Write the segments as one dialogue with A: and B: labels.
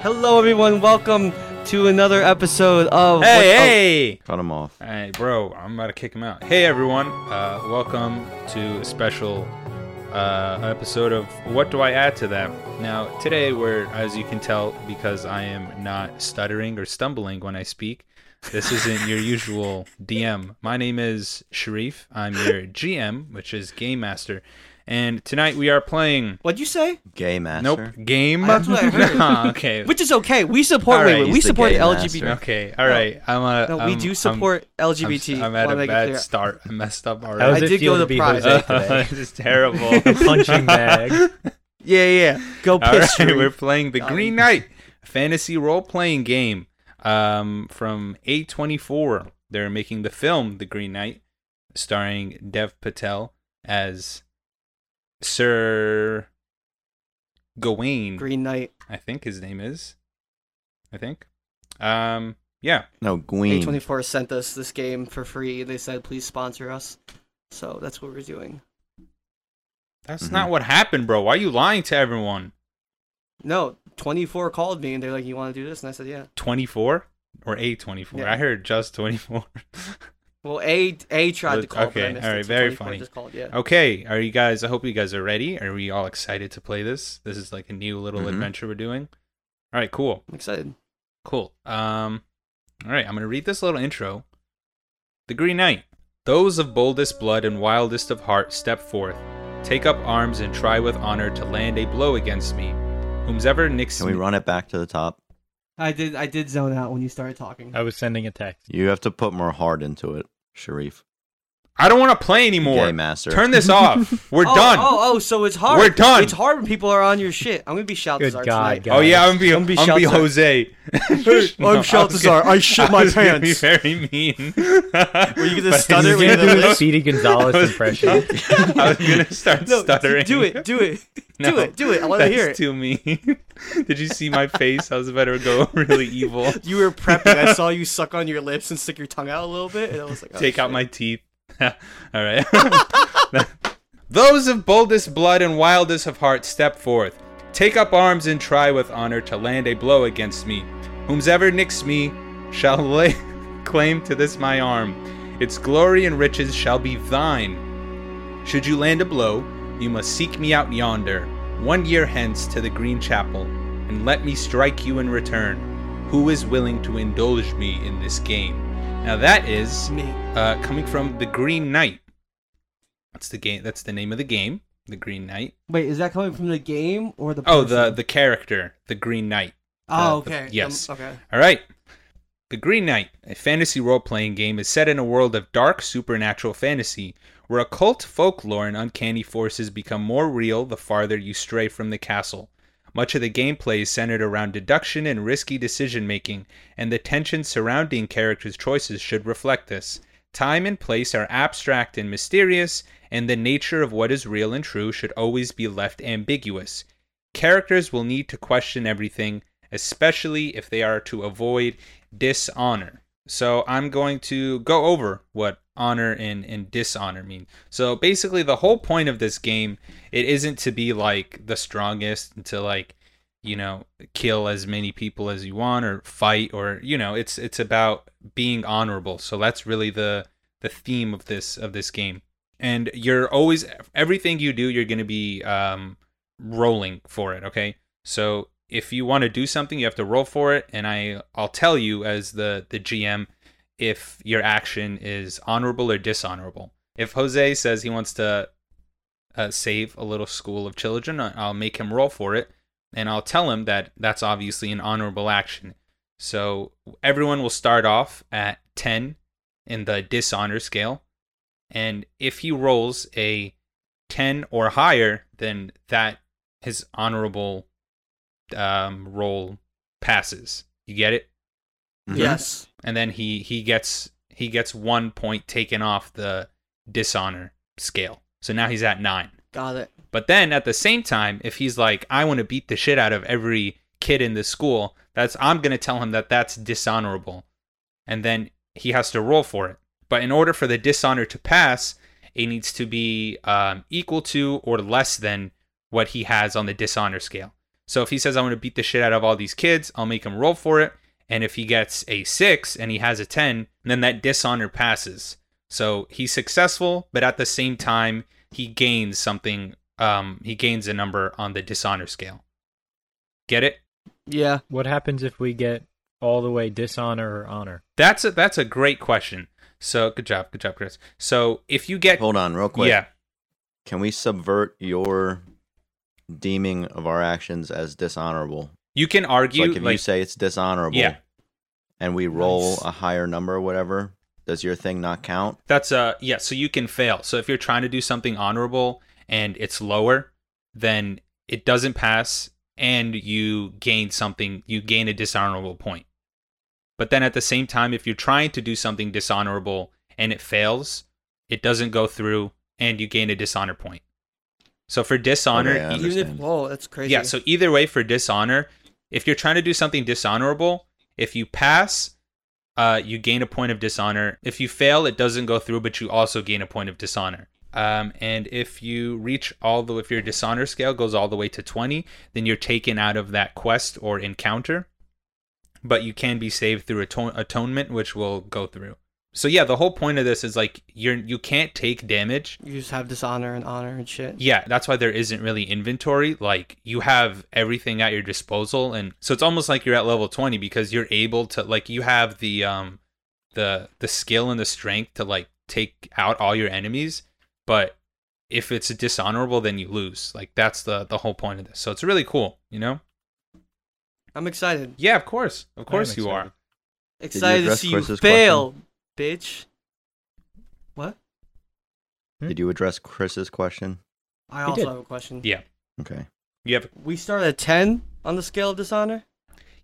A: Hello, everyone. Welcome to another episode of. Oh,
B: Hey, hey!
C: oh, Cut him off.
B: Hey, bro, I'm about to kick him out. Hey, everyone. Uh, welcome to a special uh, episode of What Do I Add to That? Now, today, we're, as you can tell, because I am not stuttering or stumbling when I speak, this isn't your usual DM. My name is Sharif. I'm your GM, which is Game Master. And tonight we are playing.
A: What'd you say?
C: Gay master.
B: Nope, game.
A: That's what I heard.
B: Nah, okay.
A: Which is okay. We support.
B: All
A: wait,
B: right.
A: wait, we
C: He's the
A: support
C: gay
A: LGBT.
C: master.
B: Okay, all right. I'm a,
A: No, we
B: Um, I'm-
A: do
B: I'm-
A: support
B: I'm-
A: LGBT.
B: I'm, at
A: Wanna
B: a
A: make it
B: bad
A: clear.
B: start. I messed up already.
D: How does
A: I
D: it
A: did
D: feel
A: go
D: to
A: to
D: be
A: Pride.
D: Jose today?
B: this is terrible.
D: Punching bag.
A: Yeah, yeah. yeah. Go
B: All
A: piss.
B: right, we're
A: Sharif.
B: playing the Green Knight a fantasy role playing game um, from A24. They're making the film The Green Knight, starring Dev Patel as Sir Gawain.
A: Green Knight.
B: I think his name is. I think. Um, yeah.
C: No, Gween.
A: A24 sent us this game for free. They said, please sponsor us. So that's what we're doing.
B: That's
A: Mm-hmm.
B: not what happened, bro. Why are you lying to everyone?
A: No, 24 called me and they're like, you want to do this? And I said, yeah.
B: 24 or A24?
A: Yeah.
B: I heard just 24.
A: Well, A A tried to
B: Look,
A: call. but I
B: okay,
A: missed
B: all
A: it,
B: right,
A: so
B: very
A: 24
B: funny. Oh.
A: Just called, yeah.
B: Okay, are you guys? I hope you guys are ready. Are we all excited to play this? This is like a new little
C: Mhm.
B: adventure we're doing. All right, cool,
A: I'm excited.
B: cool. Um, all right, I'm gonna read this little intro. The Green Knight. Those of boldest blood and wildest of heart step forth, take up arms and try with honor to land a blow against me. Whomsoever nicks
C: Can we
B: me.
C: run it back to the top?
A: I did. I did zone out when you started talking.
D: I was sending a text.
C: You have to put more heart into it, Sharif.
B: I don't want to play anymore.
C: Gay master.
B: Turn this off. We're
A: oh,
B: done. Oh,
A: Oh, oh, so it's hard.
B: We're done.
A: It's hard when people are on your shit. I'm gonna be Shaltazar
D: Good God,
A: tonight.
D: guys.
B: Oh, yeah, I'm be,
A: Don't
B: I'm
A: be
B: be, i
A: Shelter.
B: Jose. No, I
A: I'm
B: was
A: Shaltazar. I shit my
B: was gonna be
A: pants.
B: very mean. Were
A: you gonna
D: He's
A: stutter Other
D: gonna
A: way than
D: do a
A: this.
D: Speedy Gonzalez impression.
B: I was gonna start
A: No,
B: stuttering.
A: do it. Do it. do it. Do it. I want to
B: That's
A: hear it.
B: too mean. Did you see my face? I was about to go really evil.
A: you were prepping. I saw you suck on your lips and stick your tongue out a little bit, and I was like, oh,
B: Take out
A: shit.
B: my teeth. All right. Those of boldest blood and wildest of heart step forth. Take up arms and try with honor to land a blow against me. Whomsoever nicks me shall lay claim to this my arm. Its glory and riches shall be thine. Should you land a blow, you must seek me out yonder, one year hence to the Green Chapel, and let me strike you in return. Who is willing to indulge me in this game? Now that is
A: me.
B: uh, coming from the Green Knight. That's the game. That's the name of the game, the Green Knight.
A: Wait, is that coming from the game or the?
B: Oh, the the character, the Green Knight.
A: Oh,
B: Uh, the-
A: okay.
B: yes.
A: Um, okay.
B: All right. The Green Knight, a fantasy role playing game, is set in a world of dark supernatural fantasy, where occult folklore and uncanny forces become more real the farther you stray from the castle. Much of the gameplay is centered around deduction and risky decision making, and the tension surrounding characters' choices should reflect this. Time and place are abstract and mysterious, and the nature of what is real and true should always be left ambiguous. Characters will need to question everything, especially if they are to avoid dishonor. So I'm going to go over what honor and, and dishonor mean. So basically the whole point of this game, it isn't to be like the strongest and to like, you know, kill as many people as you want or fight or you know, it's it's about being honorable. So that's really the the theme of this of this game. And you're always everything you do, you're gonna be um rolling for it, okay? So if you want to do something, you have to roll for it, and I I'll tell you as the the GM if your action is honorable or dishonorable. If Jose says he wants to uh, save a little school of children, I- I'll make him roll for it, and I'll tell him that that's obviously an honorable action. So everyone will start off at ten in the dishonor scale, and if he rolls a ten or higher, then that his honorable um, roll passes. You get it,
A: Mm-hmm.
B: Mm-hmm.
C: Mhm.
A: Yes.
B: and then he he gets he gets one point taken off the dishonor scale. So now he's at nine.
A: Got it.
B: But then at the same time, if he's like, I want to beat the shit out of every kid in this school, that's I'm gonna tell him that that's dishonorable, and then he has to roll for it. But in order for the dishonor to pass, it needs to be um, equal to or less than what he has on the dishonor scale. So if he says, I want to beat the shit out of all these kids, I'll make him roll for it. And if he gets a six and he has a 10, then that dishonor passes. So he's successful, but at the same time, he gains something. Um, he gains a number on the dishonor scale. Get it?
A: Yeah.
D: What happens if we get all the way dishonor or honor?
B: That's a that's a great question. So good job, good job, Chris. So if you get
C: Hold on, real quick.
B: yeah,
C: Can we subvert your deeming of our actions as dishonorable?
B: you can
C: It's
B: argue
C: like if you say it's dishonorable,
B: Yeah.
C: and we roll
A: Nice.
C: a higher number or whatever, does your thing not count?
B: That's uh yeah, so you can fail. So if you're trying to do something honorable and it's lower, then it doesn't pass and you gain something, you gain a dishonorable point. But then at the same time if you're trying to do something dishonorable and it fails, it doesn't go through and you gain a dishonor point. So for dishonor,
C: Okay, I
B: you-
A: Even if,
C: understand.
A: whoa, that's crazy.
B: yeah, so either way for dishonor, if you're trying to do something dishonorable, if you pass, uh, you gain a point of dishonor. If you fail, it doesn't go through, but you also gain a point of dishonor. Um, and if you reach all the if your dishonor scale goes all the way to 20, then you're taken out of that quest or encounter. But you can be saved through aton- atonement, which will go through. So yeah, the whole point of this is like you're you can't take damage
A: you just have dishonor and honor and shit.
B: yeah, that's why there isn't really inventory. Like you have everything at your disposal, and so it's almost like you're at level twenty because you're able to like you have the um the the skill and the strength to like take out all your enemies. But if it's dishonorable, then you lose. Like that's the the whole point of this. So it's really cool, you know.
A: I'm excited.
B: Yeah, of course, of
D: am
B: course you are.
D: excited.
C: you
A: Excited to
C: address
A: see you
C: Chris's
A: fail, bitch. What?
D: Hmm?
C: Did you address Chris's question?
A: I
D: He
A: also
D: did.
A: have a question.
B: Yeah.
C: Okay.
B: You have
A: We start at 10 on the scale of dishonor?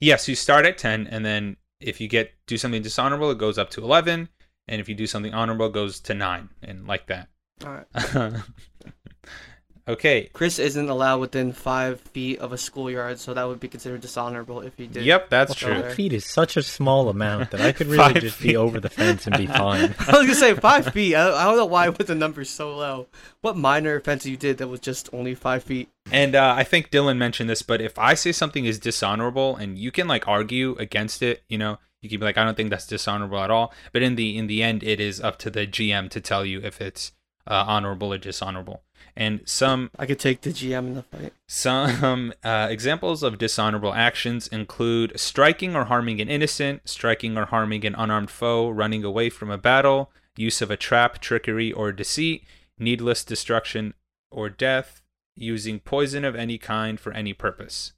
B: Yes, you start at 10 and then if you get do something dishonorable it goes up to 11 and if you do something honorable it goes to 9 and like that.
A: All right.
B: okay.
A: Chris isn't allowed within five feet of a schoolyard, so that would be considered dishonorable if he did.
B: Yep, that's
A: Well,
B: true.
A: okay.
D: Five feet is such a small amount that I could really
B: Five
D: just
B: feet.
D: be over the fence and be fine.
A: I was gonna say five feet. I, I don't know why with the number so low. What minor offense you did that was just only five feet?
B: And uh, I think Dylan mentioned this, but if I say something is dishonorable and you can like argue against it, you know, you can be like, I don't think that's dishonorable at all. But in the in the end, it is up to the GM to tell you if it's uh, honorable or dishonorable. And some
A: I could take the GM in the fight.
B: Some uh, examples of dishonorable actions include striking or harming an innocent, striking or harming an unarmed foe, running away from a battle, use of a trap, trickery, or deceit, needless destruction or death, using poison of any kind for any purpose.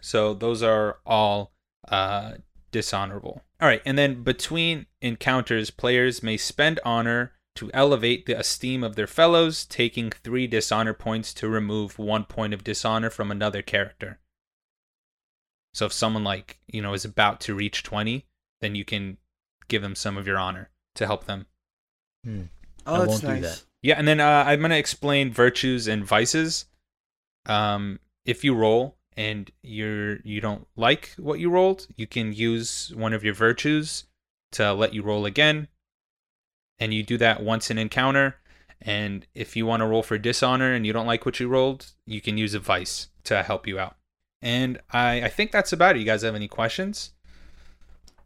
B: So those are all uh, dishonorable. All right, and then between encounters, players may spend honor to elevate the esteem of their fellows, taking three dishonor points to remove one point of dishonor from another character. So if someone like you know is about to reach twenty, then you can give them some of your honor to help them.
D: Hmm.
A: Oh,
D: I
A: that's
D: won't do
A: nice.
D: that.
B: Yeah, and then uh, I'm gonna explain virtues and vices. Um, if you roll and you're you don't like what you rolled, you can use one of your virtues to let you roll again, and you do that once an encounter. And if you want to roll for dishonor and you don't like what you rolled, you can use a vice to help you out. And I, I think that's about it. You guys have any questions?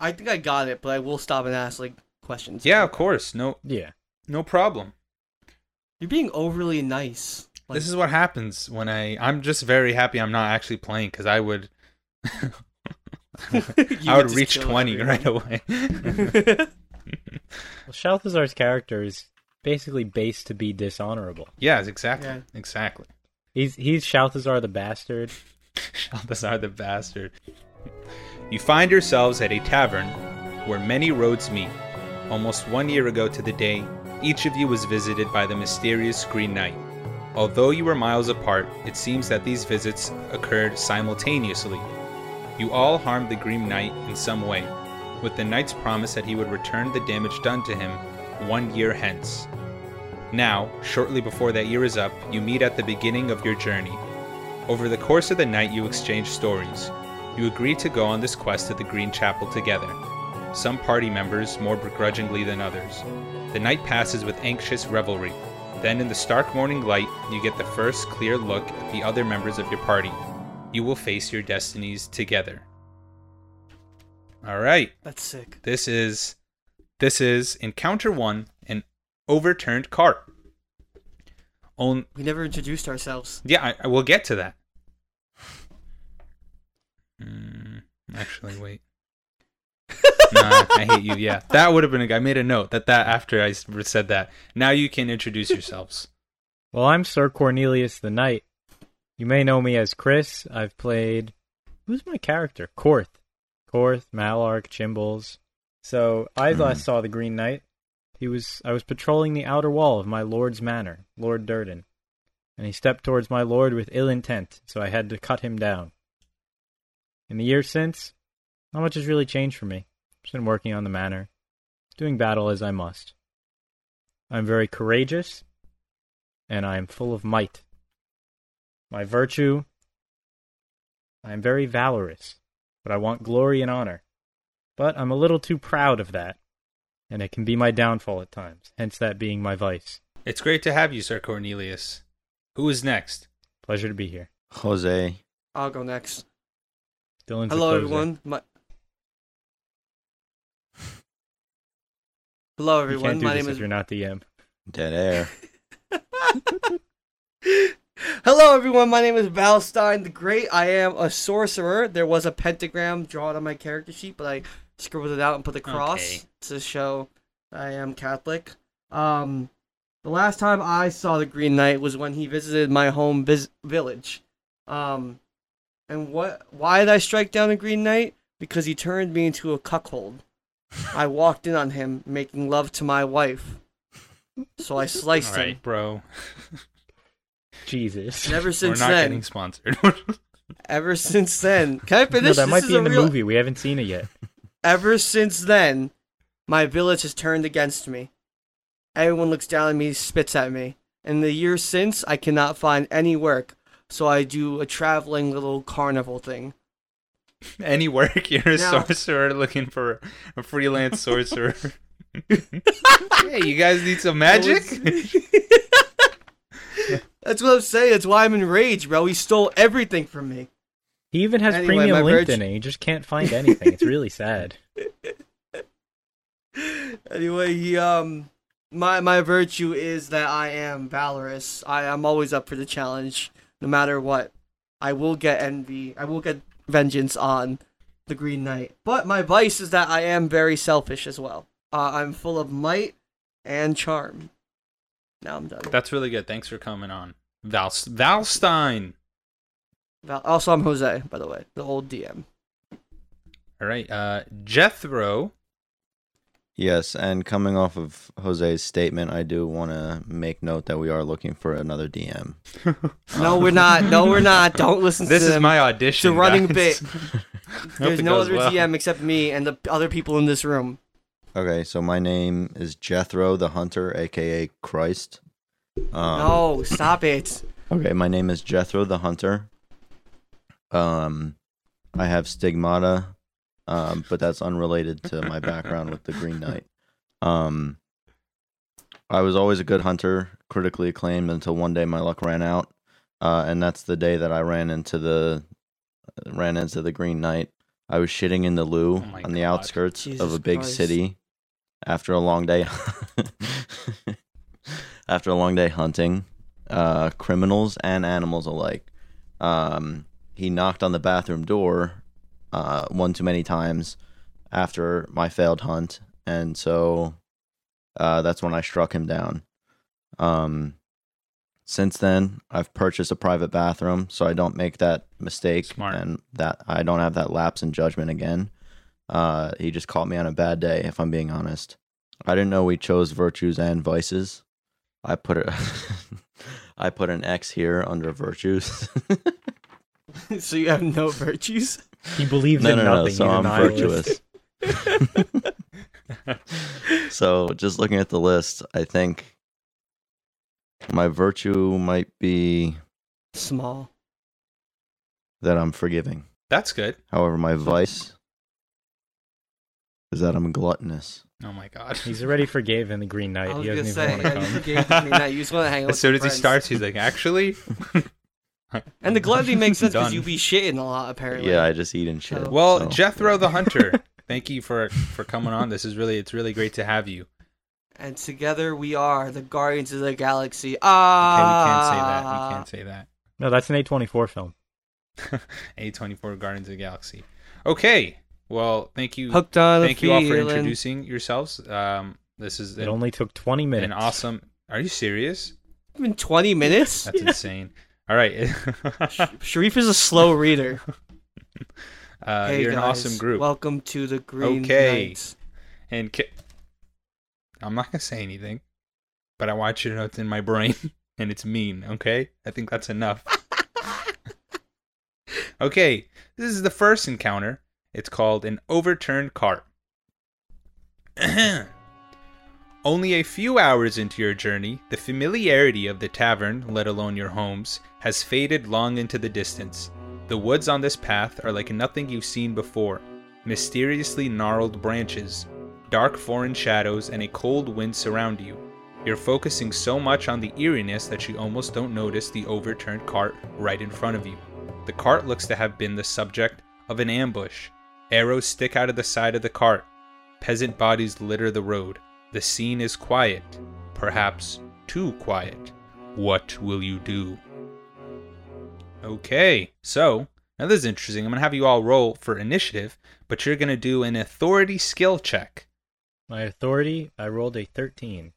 A: I think I got it, but I will stop and ask like questions.
B: Yeah, of course. No,
D: Yeah.
B: no problem.
A: You're being overly nice. Like,
B: this is what happens when I. I'm just very happy I'm not actually playing because I would.
A: you
B: I would
A: just
B: reach
A: kill
B: 20 right
A: everyone.
B: away.
D: Well, Shalthazar's character is basically based to be dishonorable.
B: yes, exactly.
A: Yeah.
B: Exactly.
D: He's he's Shalthazar the bastard.
B: Balthazar the bastard. You find yourselves at a tavern where many roads meet. Almost one year ago to the day, each of you was visited by the mysterious Green Knight. Although you were miles apart, it seems that these visits occurred simultaneously. You all harmed the Green Knight in some way, with the Knight's promise that he would return the damage done to him one year hence. Now, shortly before that year is up, you meet at the beginning of your journey. Over the course of the night, you exchange stories. You agree to go on this quest to the Green Chapel together, some party members more begrudgingly than others. The night passes with anxious revelry. Then, in the stark morning light, you get the first clear look at the other members of your party. You will face your destinies together. All right.
A: That's sick.
B: This is this is encounter 1, an overturned cart. On
A: We never introduced ourselves.
B: yeah, I, I will get to that. Mm, actually, wait. nah, I hate you. Yeah, that would have been a. I made a note that that after I s- said that. Now you can introduce yourselves.
D: Well, I'm Sir Cornelius the Knight. You may know me as Chris. I've played. Who's my character? Korth. Korth, Malark, Chimbles. So I last saw the Green Knight. He was. I was patrolling the outer wall of my lord's manor, Lord Durden, and he stepped towards my lord with ill intent. So I had to cut him down. In the years since, not much has really changed for me. Just been working on the manor, doing battle as I must. I'm very courageous and I am full of might. My virtue, I am very valorous, but I want glory and honor. But I'm a little too proud of that, and it can be my downfall at times, hence that being my vice.
B: It's great to have you, Sir Cornelius. Who is next?
D: Pleasure to be here.
C: Jose.
A: I'll go next.
D: Dylan's the
A: Hello,
D: closer.
A: everyone. My... Hello,
D: You can't
A: everyone.
D: do
A: My
D: this
A: name
D: if
A: is
D: you're not the M.
C: Dead air.
A: Hello, everyone. My name is Valstein the Great. I am a sorcerer. There was a pentagram drawn on my character sheet, but I scribbled it out and put the cross
B: Okay.
A: to show I am Catholic. Um, the last time I saw the Green Knight was when he visited my home vis- village. Um, and what? Why did I strike down the Green Knight? Because he turned me into a cuckold. I walked in on him making love to my wife, so I sliced
B: All right,
A: him.
B: bro.
D: Jesus.
A: Never
B: We're
A: since
B: not
A: then.
B: getting sponsored.
A: Ever since then, can I finish?
D: no, that
A: This
D: might
A: is
D: be
A: a
D: in the
A: real-
D: movie. We haven't seen it yet.
A: Ever since then, my village has turned against me. Everyone looks down at me, spits at me. In the years since, I cannot find any work, so I do a traveling little carnival thing.
B: Any work? You're a
A: No.
B: sorcerer looking for a freelance sorcerer. hey, you guys need some magic?
A: That's what I'm saying. That's why I'm enraged, bro. He stole everything from me.
D: He even has
A: Anyway, my
D: premium linked
A: virtue-
D: in it. You just can't find anything. It's really sad.
A: anyway, he, um, my my virtue is that I am valorous. I am always up for the challenge, no matter what. I will get envy. I will get vengeance on the Green Knight. But my vice is that I am very selfish as well. Uh, I'm full of might and charm. Now I'm done.
B: That's really good. Thanks for coming on, Val Valstein.
A: Val- also, I'm Jose, by the way, the old DM.
B: All right, uh, Jethro.
C: Yes, and coming off of Jose's statement, I do want to make note that we are looking for another DM.
A: No, we're not. No, we're not. Don't listen
B: This
A: to
B: is
A: them.
B: my audition.
A: It's a running
B: guys.
A: bit.
B: Hope
A: There's
B: it
A: no
B: goes
A: other
B: well.
A: DM except me and the other people in this room.
C: Okay, so my name is Jethro the Hunter, aka Christ. Um,
A: No, stop it.
C: Okay, my name is Jethro the Hunter. Um, I have stigmata, um, but that's unrelated to my background with the Green Knight. Um, I was always a good hunter, critically acclaimed until one day my luck ran out, uh, and that's the day that I ran into the ran into the Green Knight. I was shitting in the loo
B: Oh my
C: on the
B: God.
C: outskirts of
A: Jesus
C: a big
A: Christ.
C: city after a long day after a long day hunting uh, criminals and animals alike. Um, he knocked on the bathroom door uh, one too many times after my failed hunt, and so uh, that's when I struck him down. Um, since then, I've purchased a private bathroom, so I don't make that mistake,
B: Smart.
C: and that I don't have that lapse in judgment again. Uh, he just caught me on a bad day, if I'm being honest. I didn't know we chose virtues and vices. I put a, I put an X here under virtues.
A: so you have no virtues?
D: He believes
C: No,
D: in
C: no, no,
D: nothing.
C: so
D: He's a
C: I'm
D: nihilist.
C: virtuous. so just looking at the list, I think my virtue might be
A: Small.
C: that I'm forgiving.
B: That's good.
C: However, my vice is that I'm gluttonous.
B: Oh my god.
D: He's already forgiven the Green Knight.
A: I was
D: he
A: gonna
D: doesn't
A: say,
D: even want to
A: yeah,
D: come.
A: you gave me that. You just want to hang out
B: as soon as
A: with your
B: he
A: friends.
B: starts, he's like, actually,
A: And the gluttony makes sense because
B: Done.
A: you be shitting a lot apparently.
C: Yeah, I just eat and
A: Oh.
C: shit.
B: Well,
C: so,
B: Jethro the Hunter, thank you for for coming on. This is really it's really great to have you.
A: And together we are the Guardians of the Galaxy.
B: Okay, we
A: Ah.
B: can't say that. We can't say that.
D: No, that's an A24 film.
B: A24 Guardians of the Galaxy. Okay. Well, thank you.
A: Hooked on
B: Thank
A: a
B: you all for
A: feeling.
B: introducing yourselves. Um, this is
D: It
B: an,
D: only took 20 minutes.
B: an awesome. Are you serious?
A: It's been 20 minutes.
B: That's insane. All right.
A: Sharif is a slow reader.
B: uh,
A: hey
B: you're
A: guys,
B: an awesome group.
A: Welcome to the Green
B: Okay.
A: Knights.
B: and Ki- I'm not gonna say anything, but I want you to know it's in my brain and it's mean. Okay, I think that's enough. okay, this is the first encounter. It's called an overturned cart. Only a few hours into your journey, the familiarity of the tavern, let alone your homes, has faded long into the distance. The woods on this path are like nothing you've seen before mysteriously gnarled branches, dark foreign shadows, and a cold wind surround you. You're focusing so much on the eeriness that you almost don't notice the overturned cart right in front of you. The cart looks to have been the subject of an ambush. Arrows stick out of the side of the cart. Peasant bodies litter the road. The scene is quiet, perhaps too quiet. What will you do? Okay, so now this is interesting. I'm gonna have you all roll for initiative, but you're gonna do an authority skill check.
D: My authority, I rolled a 13.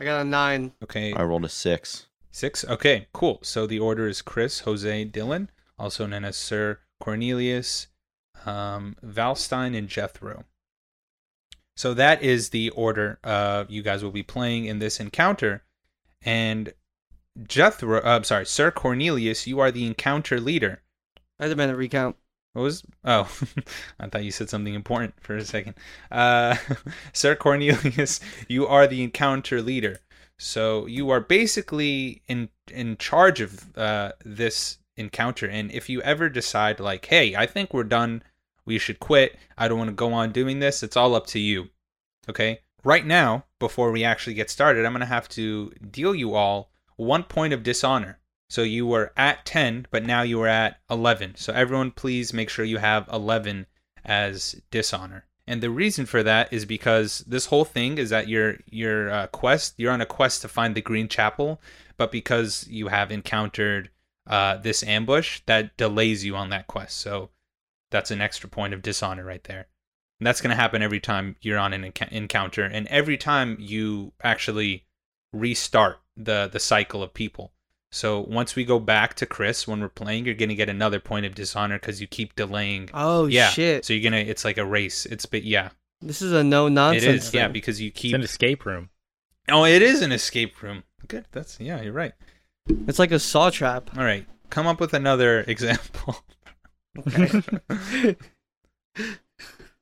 A: I got a 9.
B: Okay,
C: I rolled a six.
B: six. Okay, cool. So the order is Chris, Jose, Dylan, also known as Sir Cornelius, um, Valstein, and Jethro. So that is the order uh, you guys will be playing in this encounter, and Jethro. Uh, I'm sorry, Sir Cornelius, you are the encounter leader.
A: I had a minute recount.
B: What was? Oh, I thought you said something important for a second. Uh, Sir Cornelius, you are the encounter leader, so you are basically in in charge of uh, this encounter. And if you ever decide, like, hey, I think we're done, we should quit. I don't want to go on doing this. It's all up to you. Okay. Right now, before we actually get started, I'm gonna have to deal you all one point of dishonor. So you were at 10, but now you are at 11. So everyone, please make sure you have 11 as dishonor. And the reason for that is because this whole thing is that your your uh, quest you're on a quest to find the Green Chapel, but because you have encountered uh, this ambush, that delays you on that quest. So that's an extra point of dishonor right there. And that's going to happen every time you're on an enc- encounter, and every time you actually restart the the cycle of people. So once we go back to Chris when we're playing, you're gonna get another point of dishonor because you keep delaying.
A: Oh
B: yeah.
A: shit.
B: So you're gonna. It's like a race. It's but yeah,
A: This is a no nonsense.
B: it is.
A: Thing.
B: Yeah, because you
D: It's
B: keep.
D: an escape room.
B: oh, it is an escape room. Good. That's yeah. You're right.
A: It's like a saw trap.
B: All right. Come up with another example.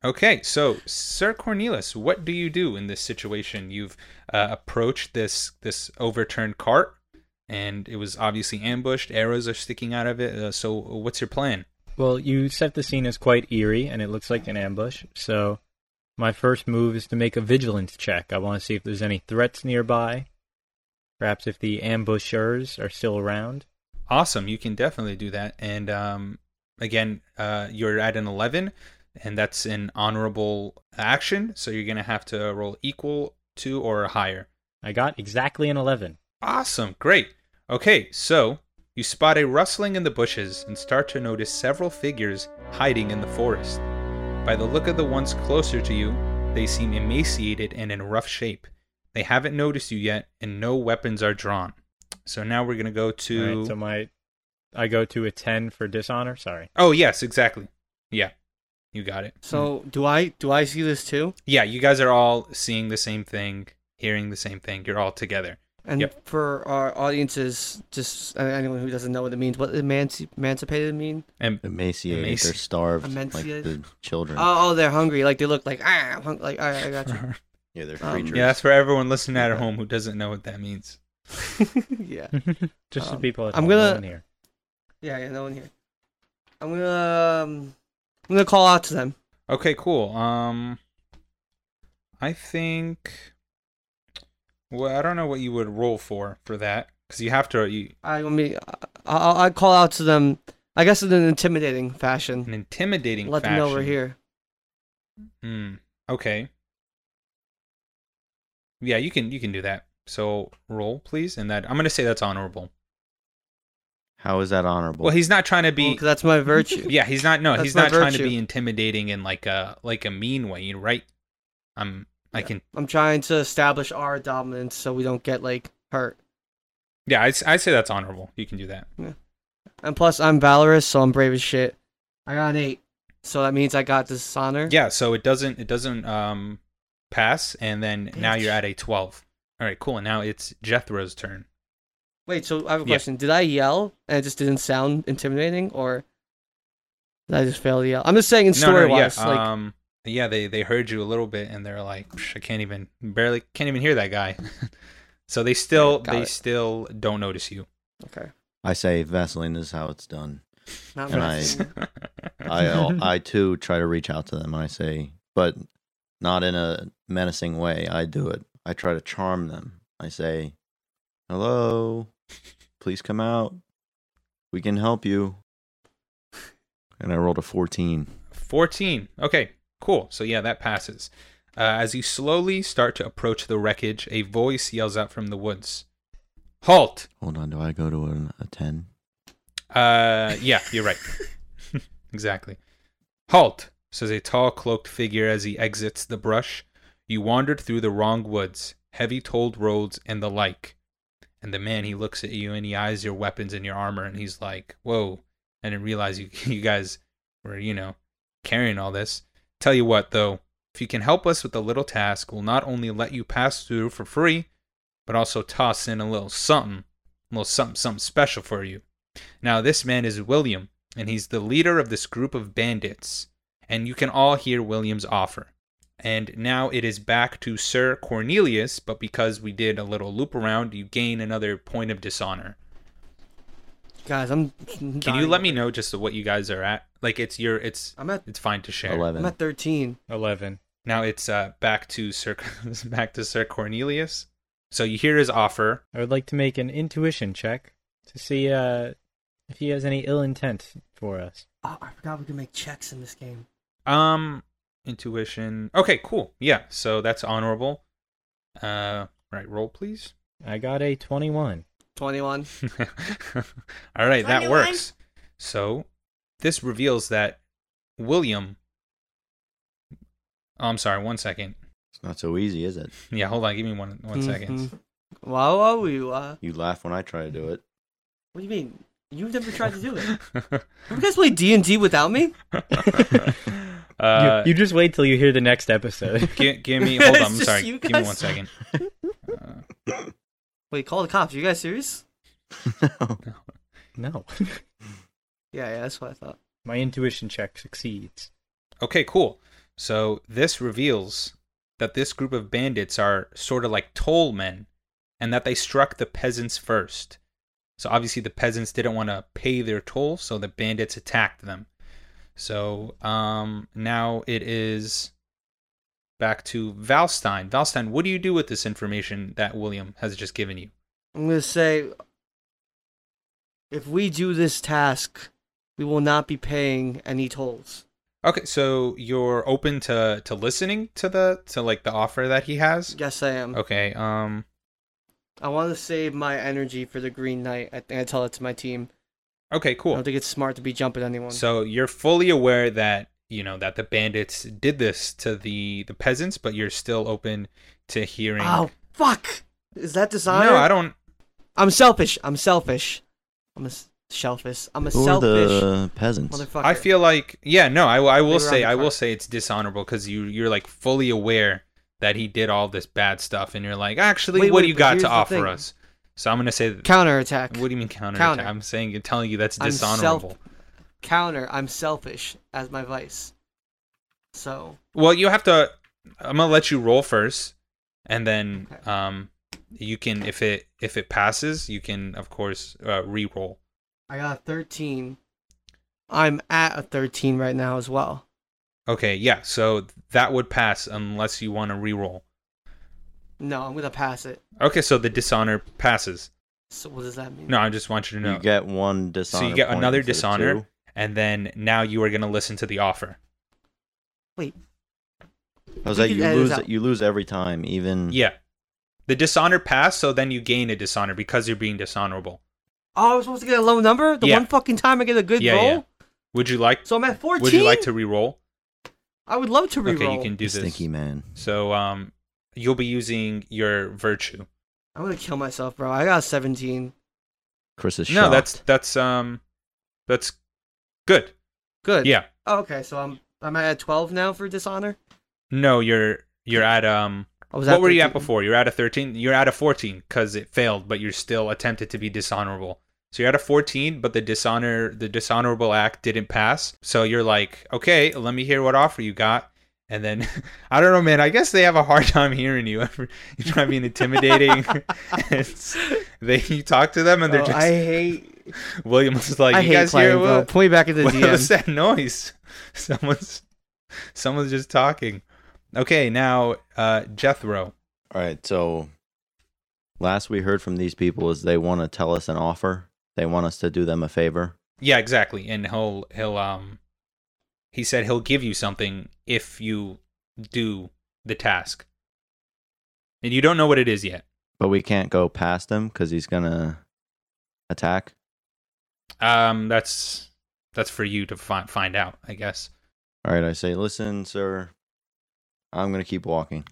B: Okay, so Sir Cornelius, what do you do in this situation? You've uh, approached this this overturned cart, and it was obviously ambushed. Arrows are sticking out of it. Uh, so, what's your plan?
D: Well, you set the scene as quite eerie, and it looks like an ambush. So, my first move is to make a vigilance check. I want to see if there's any threats nearby. Perhaps if the ambushers are still around.
B: Awesome, you can definitely do that. And um, again, uh, you're at an eleven, and that's an honorable action. So you're gonna have to roll equal to or higher.
D: I got exactly an 11.
B: Awesome. Great. Okay, so you spot a rustling in the bushes and start to notice several figures hiding in the forest. By the look of the ones closer to you, they seem emaciated and in rough shape. They haven't noticed you yet, and no weapons are drawn. So now we're going to go to.
D: Alright, so my I go to a 10 for dishonor. Sorry.
B: oh, yes, exactly. Yeah, you got it.
A: So do I do I see this too?
B: Yeah, you guys are all seeing the same thing, hearing the same thing. You're all together.
A: And
B: Yep.
A: for our audiences, just uh, anyone who doesn't know what it means, what emanci- emancipated mean?
B: And
C: Emaciated. They're
B: Emaciated.
C: starved.
A: Emaciated.
C: Like the children.
A: Oh, oh, they're hungry. Like they look like ah, I'm hung- like all right, I got
C: yeah, they're
A: um,
C: creatures.
B: yeah, that's for everyone listening at
C: Yeah.
B: home who doesn't know what that means.
A: you. yeah,
D: Just to
A: Um,
D: people at
A: I'm
D: home, no
A: gonna-
D: one here.
A: yeah, yeah. No one here. I'm gonna um, I'm gonna call out to them.
B: Okay, cool. Um, I think. Well, I don't know what you would roll for for that because you have to. You,
A: I want me. I'll, I'll call out to them. I guess in an intimidating fashion.
B: An intimidating
A: Let
B: fashion.
A: them know we're here.
B: Hmm. Okay. Yeah, you can you can do that. So roll, please, and that I'm gonna say that's honorable.
C: How is that honorable?
B: Well, he's not trying to
A: Well,
B: be.
A: 'cause that's my virtue.
B: Yeah, he's not. No,
A: That's
B: he's
A: my
B: not trying to
A: virtue.
B: be intimidating in like a like a mean way. You right? I'm. I
A: Yeah.
B: can.
A: I'm trying to establish our dominance so we don't get like hurt.
B: Yeah, I I say that's honorable. You can do that.
A: And plus, I'm valorous, so I'm brave as shit. I got an eight, so that means I got dishonor.
B: Yeah. So it doesn't it doesn't um pass, and then now you're
A: Bitch.
B: at a twelve. All right, cool. And now it's Jethro's turn.
A: Wait, so I have a
B: Yeah.
A: question. Did I yell and it just didn't sound intimidating, or did I just fail to yell? I'm just saying in
B: No, no,
A: story
B: no,
A: wise,
B: yeah,
A: like
B: um, yeah, they they heard you a little bit, and they're like, "Psh, I can't even barely can't even hear that guy. so they still
A: Got
B: they
A: it.
B: still don't notice you.
A: okay,
C: I say Vaseline is how it's done.
A: not
C: And
A: bad.
C: I- I uh, I too try to reach out to them. I say, but not in a menacing way. I do it. I try to charm them. I say, "Hello, please come out. We can help you." And I rolled a fourteen.
B: Fourteen. Okay, cool. So yeah, that passes. Uh, as you slowly start to approach the wreckage, a voice yells out from the woods, "Halt!"
C: Hold on. Do I go to an, a ten?
B: Uh, yeah, you're right. exactly. Halt, says a tall, cloaked figure as he exits the brush. You wandered through the wrong woods, heavy tolled roads, and the like. And the man, he looks at you and he eyes your weapons and your armor, and he's like, whoa. I didn't realize you, you guys were, you know, carrying all this. Tell you what, though, if you can help us with a little task, we'll not only let you pass through for free, but also toss in a little something, a little something, something special for you. Now, this man is William, and he's the leader of this group of bandits. And you can all hear William's offer. And now it is back to Sir Cornelius, but because we did a little loop around, you gain another point of dishonor.
A: guys, I'm.
B: Can you let me know just what you guys are at? Like it's your it's
A: I'm at
B: it's fine to share.
A: I'm
C: Eleven.
A: at 13.
D: 11.
B: Now it's uh back to Sir back to Sir Cornelius. So you hear his offer.
D: I would like to make an intuition check to see uh, if he has any ill intent for us.
A: Oh, I forgot we can make checks in this game.
B: Um, intuition. Okay, cool. Yeah, so that's honorable. Uh, right, roll please.
D: I got a 21.
A: 21.
B: All right, that
E: 21.
B: works. So, this reveals that William. Oh, I'm sorry. One second.
C: It's not so easy, is it?
B: Yeah, hold on. Give me one one second.
A: Mhm. Wow, wow, we, uh,
C: You laugh when I try to do it.
A: what do you mean? You've never tried to do it. Have you guys played D and D without me?
B: uh,
D: you, you just wait till you hear the next episode.
B: gi- give me. Hold on. I'm
A: It's just
B: sorry.
A: you
B: Give me
A: guys.
B: one second. Uh,
A: Wait, call the cops. Are you guys serious?
D: no.
A: Yeah, yeah, that's what I thought.
D: My intuition check succeeds.
B: Okay, cool. So this reveals that this group of bandits are sort of like toll men and that they struck the peasants first. So obviously the peasants didn't want to pay their toll, so the bandits attacked them. So um now it is back to Valstein. Valstein, what do you do with this information that William has just given you?
A: I'm gonna say, if we do this task, we will not be paying any tolls.
B: Okay, so you're open to to listening to the to like the offer that he has?
A: Yes, I am.
B: Okay, um
A: I want to save my energy for the Green Knight. I think I tell it to my team.
B: okay, cool.
A: I don't think it's smart to be jumping anyone.
B: So you're fully aware that you know that the bandits did this to the the peasants, but you're still open to hearing.
A: oh fuck! Is that dishonor?
B: no, I don't.
A: I'm selfish. I'm selfish. I'm a s- shellfish. I'm a
C: Who are
A: selfish
C: the peasants?
A: motherfucker.
B: I feel like yeah, no, I, I
A: They were
B: will
A: on
B: say
A: the
B: I will
A: cart.
B: say it's dishonorable because you you're like fully aware that he did all this bad stuff, and you're like actually,
A: Wait,
B: what
A: wait,
B: do you
A: but
B: got
A: here's
B: to
A: the
B: offer
A: thing.
B: us? So I'm gonna say, what
A: counterattack.
B: do you mean counter?
A: Counter.
B: I'm saying you're telling you that's
A: I'm self-
B: dishonorable.
A: Counter. I'm selfish as my vice. So
B: Well, you have to. I'm gonna let you roll first, and then
A: Okay.
B: um, you can if it if it passes, you can of course uh, re-roll.
A: I got a 13. I'm at a 13 right now as well.
B: Okay, yeah. So that would pass unless you want to re-roll.
A: No, I'm gonna pass it.
B: Okay, so the dishonor passes.
A: So what does that mean?
B: No, I just want you to know.
C: You get one dishonor.
B: so you get
C: point
B: another
C: instead of
B: dishonor,
C: two.
B: and then now you are going to listen to the offer.
C: Jose,
A: You can
C: you
A: edit
C: lose.
A: out.
C: You lose every time, even.
B: Yeah. The dishonor passed, so then you gain a dishonor because you're being dishonorable.
A: Oh, I was supposed to get a low number. The
B: Yeah.
A: one fucking time I get a good
B: Yeah,
A: roll.
B: yeah. Would you like?
A: So I'm at fourteen.
B: Would you like to re-roll?
A: I would love to reroll.
B: Okay, you can do
C: You
B: this.
C: stinky man.
B: So um, you'll be using your virtue.
A: I'm gonna kill myself, bro. I got a seventeen.
C: Chris is
B: No,
C: shocked.
B: that's that's um, that's good.
A: Good.
B: Yeah.
A: Oh, okay, so I'm I'm at twelve now for dishonor.
B: No, you're you're at um.
A: I was
B: What were you at
A: 13.
B: before? You're at a thirteen. You're at a fourteen because it failed, but you're still attempted to be dishonorable. So you're at a fourteen, but the dishonor the dishonorable act didn't pass. So you're like, okay, let me hear what offer you got. And then I don't know, man. I guess they have a hard time hearing you. you try being intimidating. It's- they you talk to them and they're
A: Bro,
B: just
A: I hate.
B: William was like,
A: I
B: you
A: hate
B: guys
A: playing,
B: hear
A: bro.
B: what?
A: Put me back in the
B: what was
A: DM.
B: that noise? Someone's someone's just talking. Okay, now uh Jethro.
C: All right, so last we heard from these people is they want to tell us an offer. They want us to do them a favor.
B: Yeah, exactly. And he'll he'll um he said he'll give you something if you do the task. And you don't know what it is yet.
C: But we can't go past him because he's gonna attack.
B: Um that's that's for you to find find out, I guess.
C: All right, I say, listen, sir, I'm gonna keep walking.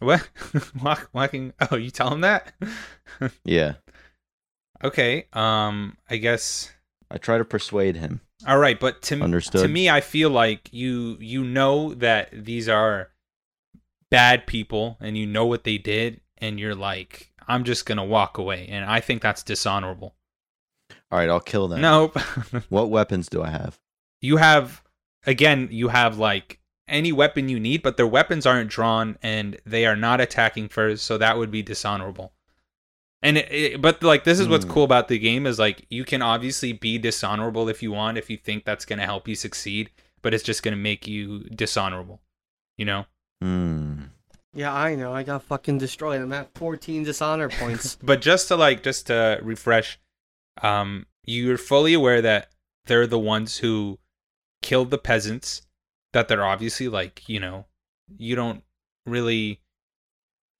B: What? Walk, walking Oh, you tell him that?
C: Yeah,
B: okay. Um I guess
C: I try to persuade him.
B: All right, but to
C: Understood.
B: to me, I feel like you you know that these are bad people, and you know what they did, and you're like, I'm just gonna walk away, and I think that's dishonorable.
C: All right, I'll kill them.
B: Nope.
C: What weapons do I have?
B: you have again, you have like any weapon you need, but their weapons aren't drawn, and they are not attacking first, so that would be dishonorable. And it, it- but like this is what's
C: Hmm.
B: cool about the game is like you can obviously be dishonorable if you want if you think that's going to help you succeed, but it's just going to make you dishonorable. You know?
C: Hmm.
A: Yeah, I know. I got fucking destroyed. I'm at fourteen dishonor points.
B: But just to like just to refresh um you're fully aware that they're the ones who killed the peasants that they're obviously like, you know, you don't really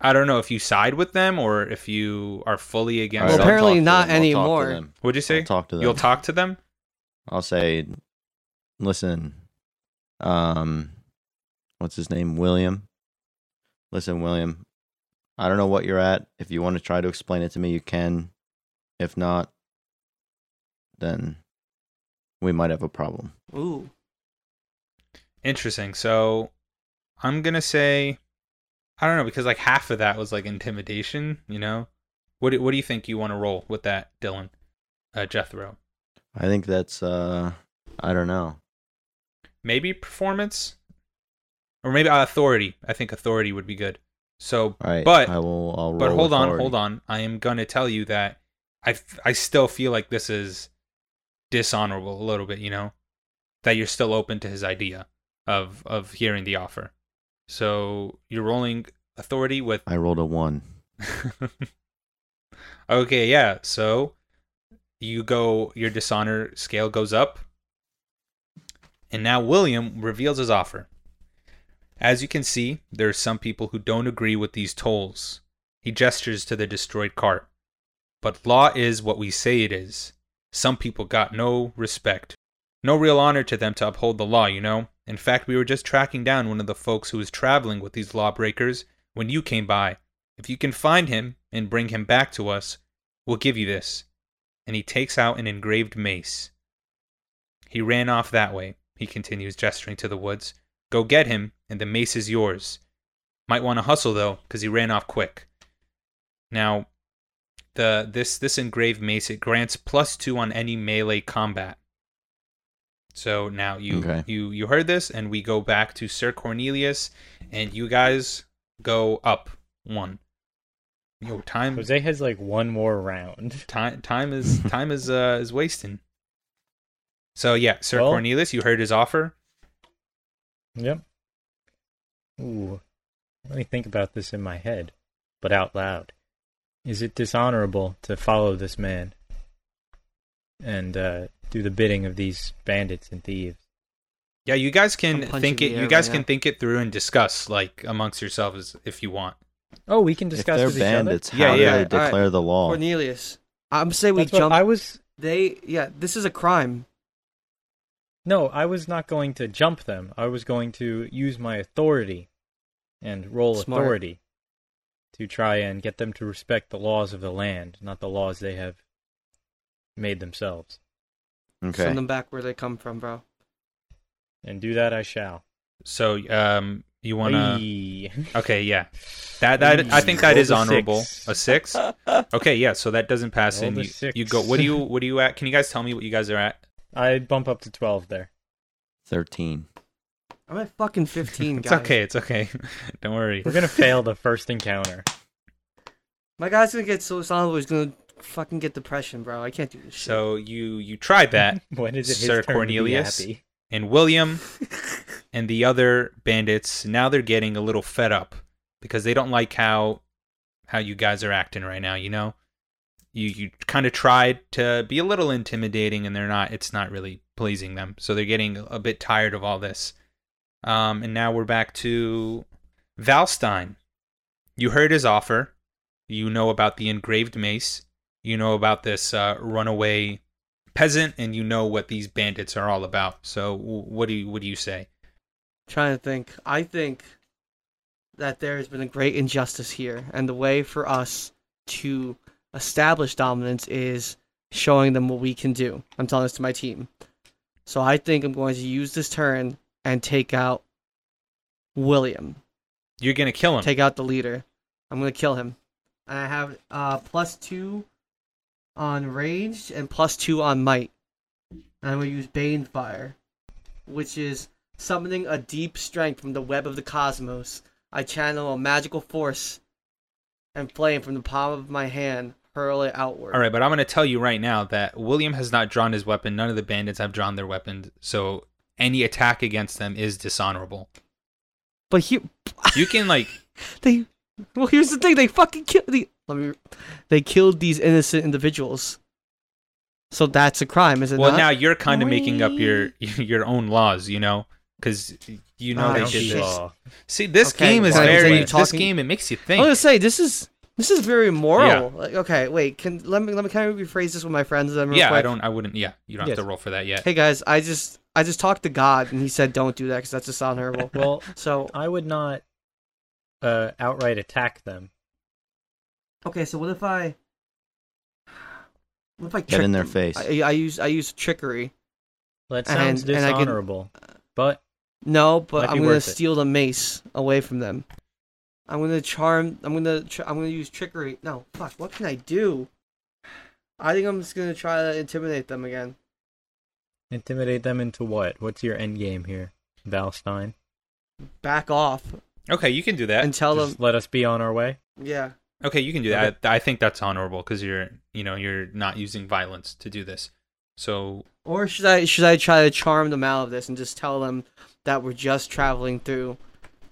B: I don't know if you side with them or if you are fully
C: All
A: Well,
B: against them.
C: right, I'll
A: apparently
C: talk to
A: not
C: them. I'll talk to
A: anymore.
C: them.
B: What'd you
C: I'll
B: say?
C: talk to them.
B: You'll talk to them?
C: I'll say, listen, um, what's his name? William. Listen, William, I don't know what you're at. If you want to try to explain it to me, you can. If not, then we might have a problem.
A: Ooh.
B: Interesting. So I'm gonna say I don't know, because like half of that was like intimidation, you know? What do, what do you think you want to roll with that, Dylan? Uh, Jethro.
C: I think that's, uh, I don't know.
B: maybe performance or maybe uh, authority i think authority would be good so
C: All right.
B: But-
C: I will, I'll
B: but
C: roll
B: hold on
C: authority.
B: hold on i am going to tell you that i f- I still feel like this is dishonorable a little bit you know that you're still open to his idea of of hearing the offer so you're rolling authority with
C: I rolled a one.
B: okay yeah so you go your dishonor scale goes up and now william reveals his offer as you can see there are some people who don't agree with these tolls he gestures to the destroyed cart but law is what we say it is some people got no respect no real honor to them to uphold the law you know in fact we were just tracking down one of the folks who was traveling with these lawbreakers when you came by if you can find him and bring him back to us we'll give you this and he takes out an engraved mace. He ran off that way, he continues, gesturing to the woods. Go get him, and the mace is yours. Might want to hustle though, 'cause he ran off quick. Now, the this this engraved mace it grants plus two on any melee combat. So now you
C: Okay.
B: you you heard this, and we go back to Sir Cornelius, and you guys go up one. Yo, time
D: Jose has like one more round.
B: time time is time is uh is wasting. So yeah, Sir
D: Well-
B: Cornelius, you heard his offer.
D: Yep. Ooh. Let me think about this in my head, but out loud. Is it dishonorable to follow this man and uh, do the bidding of these bandits and thieves?
B: Yeah, you guys
A: I'm
B: can
A: punching
B: think
A: the
B: it.
A: air
B: You guys
A: right
B: can
A: now.
B: think it through and discuss like amongst yourselves if you want.
D: Oh, we can
C: If
D: discuss
C: they're
D: with
C: bandits,
B: Yeah, yeah,
C: how do they
A: alright.
C: declare the
B: Oh.
C: law?
A: Cornelius, I'm saying
D: each other.
A: we
D: That's what
A: jump.
D: I was
A: They yeah, this is a crime.
D: no, I was not going to jump them. I was going to use my authority and roll
A: Smart.
D: authority to try and get them to respect the laws of the land, not the laws they have made themselves.
C: Okay.
A: Send them back where they come from, bro.
D: And do that I shall.
B: So, um, you wanna?
D: Aye.
B: Okay, yeah. That that I think that
D: Rolled
B: is
D: a
B: honorable.
D: six.
B: A six. Okay, yeah. So that doesn't pass,
D: Rolled
B: and
D: a
B: you,
D: six.
B: you go. What do you what do you at? Can you guys tell me what you guys are at?
D: I bump up to twelve there.
C: 13.
A: I'm at fucking 15,
B: It's
A: guys.
B: okay. It's okay. Don't worry.
D: We're gonna fail the first encounter.
A: My guy's gonna get so solid, he's gonna fucking get depression, bro. I can't do this shit.
B: So you you tried that,
D: When is it his
B: Sir
D: turn
B: Cornelius?
D: to be happy?
B: and William and the other bandits now they're getting a little fed up because they don't like how how you guys are acting right now, you know? You you kind of tried to be a little intimidating and they're not it's not really pleasing them. So they're getting a bit tired of all this. Um and now we're back to Valstein. You heard his offer. You know about the engraved mace. You know about this uh, runaway peasant and you know what these bandits are all about. So wh- what do you what do you say?
A: trying to think. I think that there has been a great injustice here, and the way for us to establish dominance is showing them what we can do. I'm telling this to my team. So I think I'm going to use this turn and take out William.
B: You're gonna kill him.
A: Take out the leader. I'm gonna kill him. And I have uh plus two on ranged and plus two on might. And I'm gonna use Bane Fire, which is summoning a deep strength from the web of the cosmos. I channel a magical force and flame from the palm of my hand, hurl it outward.
B: all right, but I'm gonna tell you right now that William has not drawn his weapon. None of the bandits have drawn their weapons. So any attack against them is dishonorable.
A: But here,
B: You can like
A: they. Well, here's the thing: they fucking killed the. Let me. They killed these innocent individuals. So that's a crime, is it
B: well
A: not?
B: now you're kind of making up your your own laws, you know, because you know
A: Oh,
B: they
D: Down
A: shit.
B: did
D: the
B: this.
D: law.
B: See, this
A: Okay,
B: game is
D: fine. Continue
B: very this
A: talking.
B: game. It makes you
A: I
B: think.
A: was gonna say this is this is very moral.
B: Yeah.
A: Like, okay, wait, can let me let me kind of rephrase this with my friends. Then real
B: Yeah,
A: quick.
B: I don't. I wouldn't. Yeah, you don't
D: Yes.
B: have to roll for that yet.
A: Hey guys, I just I just talked to God and He said don't do that because that's dishonorable.
D: Well,
A: so
D: I would not uh, outright attack them.
A: okay, so what if I what if I
C: Get
A: trick
C: in their
A: them?
C: face.
A: I, I use I use trickery.
D: Well, That
A: And-
D: sounds
A: and I can-
D: dishonorable. But
A: No, but
D: Might be
A: I'm gonna
D: worth it.
A: steal the mace away from them. I'm gonna charm. I'm gonna. Tr- I'm gonna use trickery. No, fuck. What can I do? I think I'm just gonna try to intimidate them again.
D: intimidate them into what? What's your end game here, Valstein?
A: Back off
B: Okay, you can do that.
A: and tell
D: Just
A: them.
D: let us be on our way.
A: Yeah.
B: Okay, you can do that. I, I think that's honorable because you're, you know, you're not using violence to do this. So
A: Or should I should I try to charm them out of this and just tell them that we're just traveling through,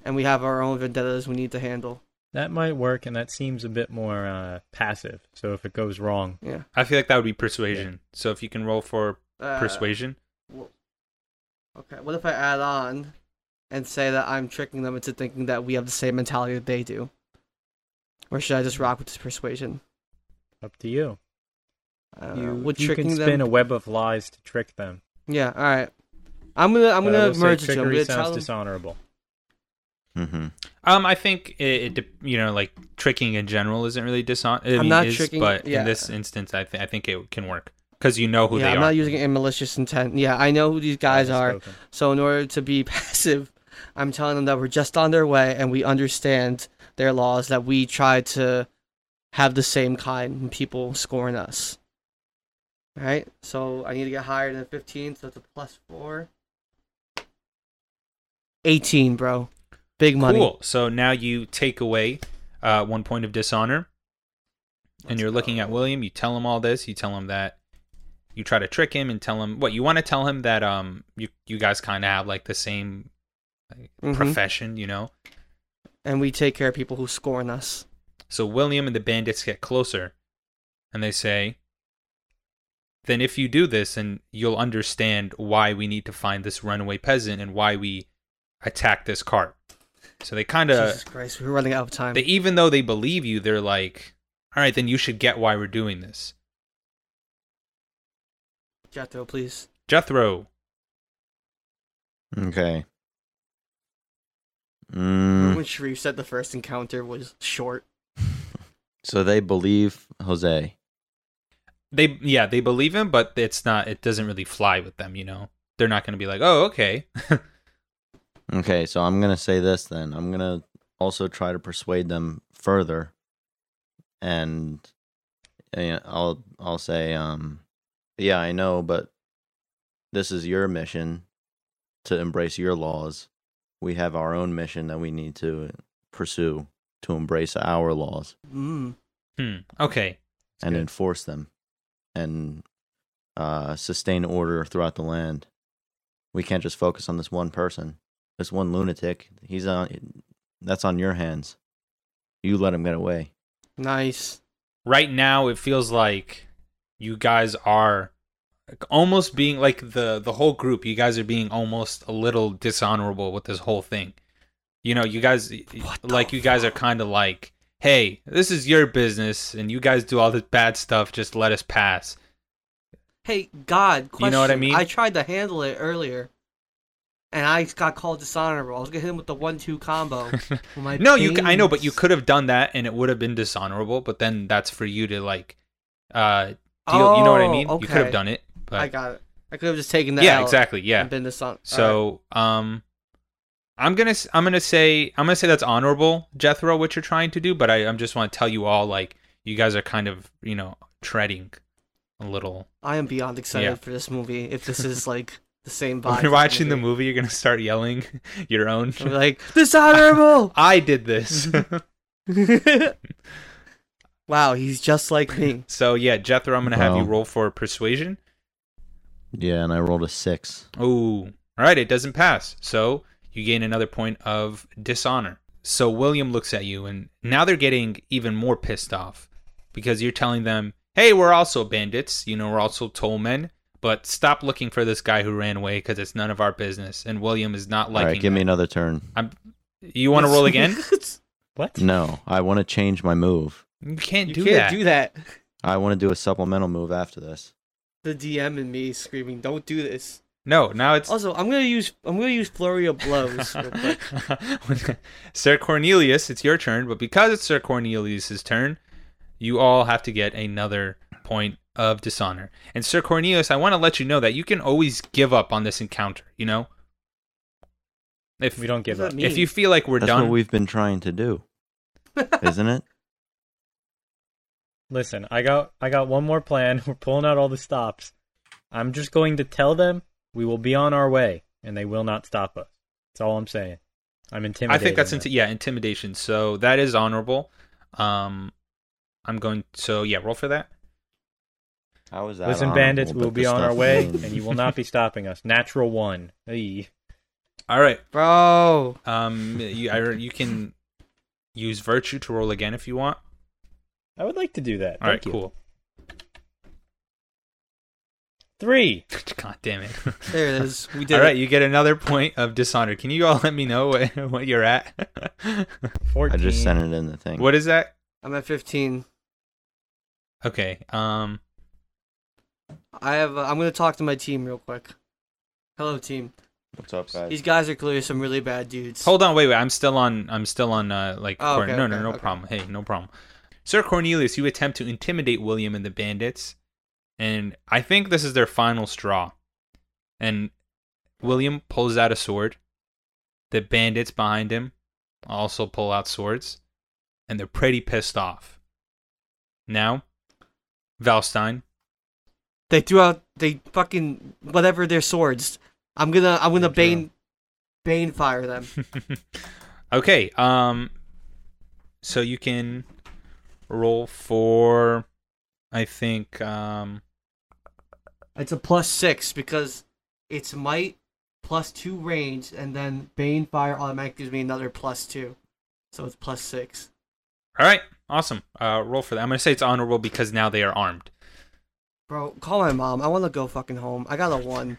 A: and we have our own vendettas we need to handle?
D: That might work, and that seems a bit more uh, passive. So if it goes wrong,
A: Yeah.
B: I feel like that would be persuasion. So if you can roll for
A: Uh,
B: persuasion,
A: Okay. What if I add on, and say that I'm tricking them into thinking that we have the same mentality that they do? Or should I just rock with this persuasion?
D: up to you.
A: I don't know.
D: You,
A: Would
D: you
A: Uh, tricking
D: can spin
A: them?
D: a web of lies to trick them.
A: Yeah. All right. I'm gonna I'm
D: But
A: gonna
D: I will Uh, say
A: merge the two. I'm
D: trickery
A: gonna
D: sounds
A: tell them.
D: dishonorable.
C: Mm-hmm.
B: um, I think it, it, dep- you know, like tricking in general isn't really dishonor. I
A: I'm
B: mean,
A: not
B: is,
A: tricking-
B: but
A: yeah.
B: in this instance, I, th- I think it can work because you know who
A: yeah,
B: they
A: I'm
B: are.
A: not using it in malicious intent. Yeah, I know who these guys
D: Well
A: are.
D: spoken.
A: So in order to be passive, I'm telling them that we're just on their way and we understand their laws that we try to have the same kind when people scoring us. All right. So I need to get higher than 15, so it's a plus 4. 18, bro. Big money.
B: Cool. So now you take away uh, one point of dishonor, and
A: Let's
B: you're looking
A: go.
B: at William. You tell him all this. You tell him that you try to trick him and tell him what you want to tell him that um you you guys kind of have like the same
A: Mhm.
B: profession, you know.
A: And we take care of people who scorn us.
B: So William and the bandits get closer and they say, Then if you do this, and you'll understand why we need to find this runaway peasant and why we attack this cart. So they kind of
A: Jesus Christ, we're running out of time.
B: they even though they believe you, they're like, all right, then you should get why we're doing this.
A: Jethro, please.
B: Jethro,
C: Okay. Mm,
A: When Sharif said the first encounter was short.
C: so they believe Jose.
B: they yeah, they believe him, but it's not. It doesn't really fly with them, you know. They're not going to be like, oh, okay.
C: Okay, so I'm gonna say this then. I'm gonna also try to persuade them further, and eh, I'll I'll say, um, yeah, I know, but this is your mission to embrace your laws. We have our own mission that we need to pursue to embrace our laws
A: Mm.
B: hmm, okay,
C: and
D: good.
C: enforce them, and uh, sustain order throughout the land. We can't just focus on this one person, this one lunatic. He's on. That's on your hands. You let him get away.
A: Nice.
B: right now it feels like you guys are like, almost being like the the whole group you guys are being almost a little dishonorable with this whole thing you know you guys
A: What the
B: like you guys are kind of like hey this is your business and you guys do all this bad stuff just let us pass
A: Hey, God, question.
B: You know what I mean?
A: I tried to handle it earlier, and I got called dishonorable. I was gonna hit him with the one-two combo. Well, my
B: no you c- i know but you
A: veins-
B: could have done that and it would have been dishonorable but then that's for you to like uh deal you know what i
A: Oh,
B: mean you could
A: okay.
B: have done it but
A: I got it. I could have just taken that.
B: yeah exactly yeah
A: And been dishon- Alright.
B: So, um, I'm gonna s- I'm gonna say I'm gonna say that's honorable, Jethro, what you're trying to do. But I I'm just want to tell you all like you guys are kind of you know treading a little.
A: I am beyond excited
B: Yeah.
A: for this movie. If this is like the same vibe,
B: When
A: as
B: you're watching the
A: movie.
B: movie, you're gonna start yelling your own.
A: I'm like dishonorable.
B: I did this.
A: wow, he's just like me.
B: so yeah, Jethro, I'm gonna have you
C: Wow.
B: roll for persuasion.
C: Yeah, and I rolled a six.
B: Oh, all right, it doesn't pass. So you gain another point of dishonor. So William looks at you, and now they're getting even more pissed off because you're telling them, hey, we're also bandits. You know, we're also toll men, but stop looking for this guy who ran away because it's none of our business. And William is not
C: All
B: liking
C: right, give me another turn.
B: I'm, you want to roll again?
D: What?
C: No, I want to change my move.
B: You can't,
A: you
B: do,
A: can't
B: that.
A: do that.
C: I want to do a supplemental move after this.
A: The DM and me screaming, "Don't do this."
B: No, now it's.
A: Also, I'm gonna use I'm gonna use flurry of blows. real quick.
B: Sir Cornelius, it's your turn, but because it's Sir Cornelius's turn, you all have to get another point of dishonor. And Sir Cornelius, I want to let you know that you can always give up on this encounter, you know? If
D: We don't give
A: What
D: up.
A: does that mean?
B: if you feel like we're
C: that's
B: done,
C: what we've been trying to do, isn't it?
D: Listen, I got I got one more plan. We're pulling out all the stops. I'm just going to tell them we will be on our way, and they will not stop us. That's all I'm saying. I'm
B: I
D: intimidated.
B: think that's inti- yeah, intimidation. So that is honorable. Um I'm going so yeah, roll for that.
C: How is that?
D: Listen,
C: honorable,
D: bandits,
C: but
D: we will be
C: the
D: on our
C: stuff
D: way,
C: means-
D: and you will not be stopping us. Natural one. Eey.
B: All right.
A: Bro,
B: Um you I, you can use virtue to roll again if you want.
D: I would like to do that.
B: All right,
D: Thank you.
B: cool.
D: Three.
B: God damn it.
A: there it is. We did.
B: All right,
A: it.
B: you get another point of dishonor. Can you all let me know what, what you're at?
D: Fourteen.
C: I just sent it in the thing.
B: what is that?
A: I'm at 15.
B: Okay. Um.
A: I have. Uh, I'm gonna talk to my team real quick. Hello, team.
C: What's up, guys?
A: These guys are clearly some really bad dudes.
B: Hold on. Wait. Wait. I'm still on. I'm still on. Uh. Like.
A: Oh,
B: cor-
A: okay,
B: no. No.
A: okay,
B: No
A: okay.
B: problem. Hey. No problem. Sir Cornelius, you attempt to intimidate William and the bandits, and I think this is their final straw. And William pulls out a sword. The bandits behind him also pull out swords, and they're pretty pissed off. Now, Valstein,
A: They threw out. They fucking whatever their swords. I'm gonna. I'm gonna
D: They threw
A: bane. Bane fire them.
B: okay. Um. So you can roll for, I think. Um.
A: It's a plus six because it's might plus two range, and then bane fire automatically gives me another plus two, so it's plus six.
B: All right, awesome. Uh, roll for that. I'm gonna say it's honorable because now they are armed.
A: Bro, call my mom. I want to go fucking home. I got a one.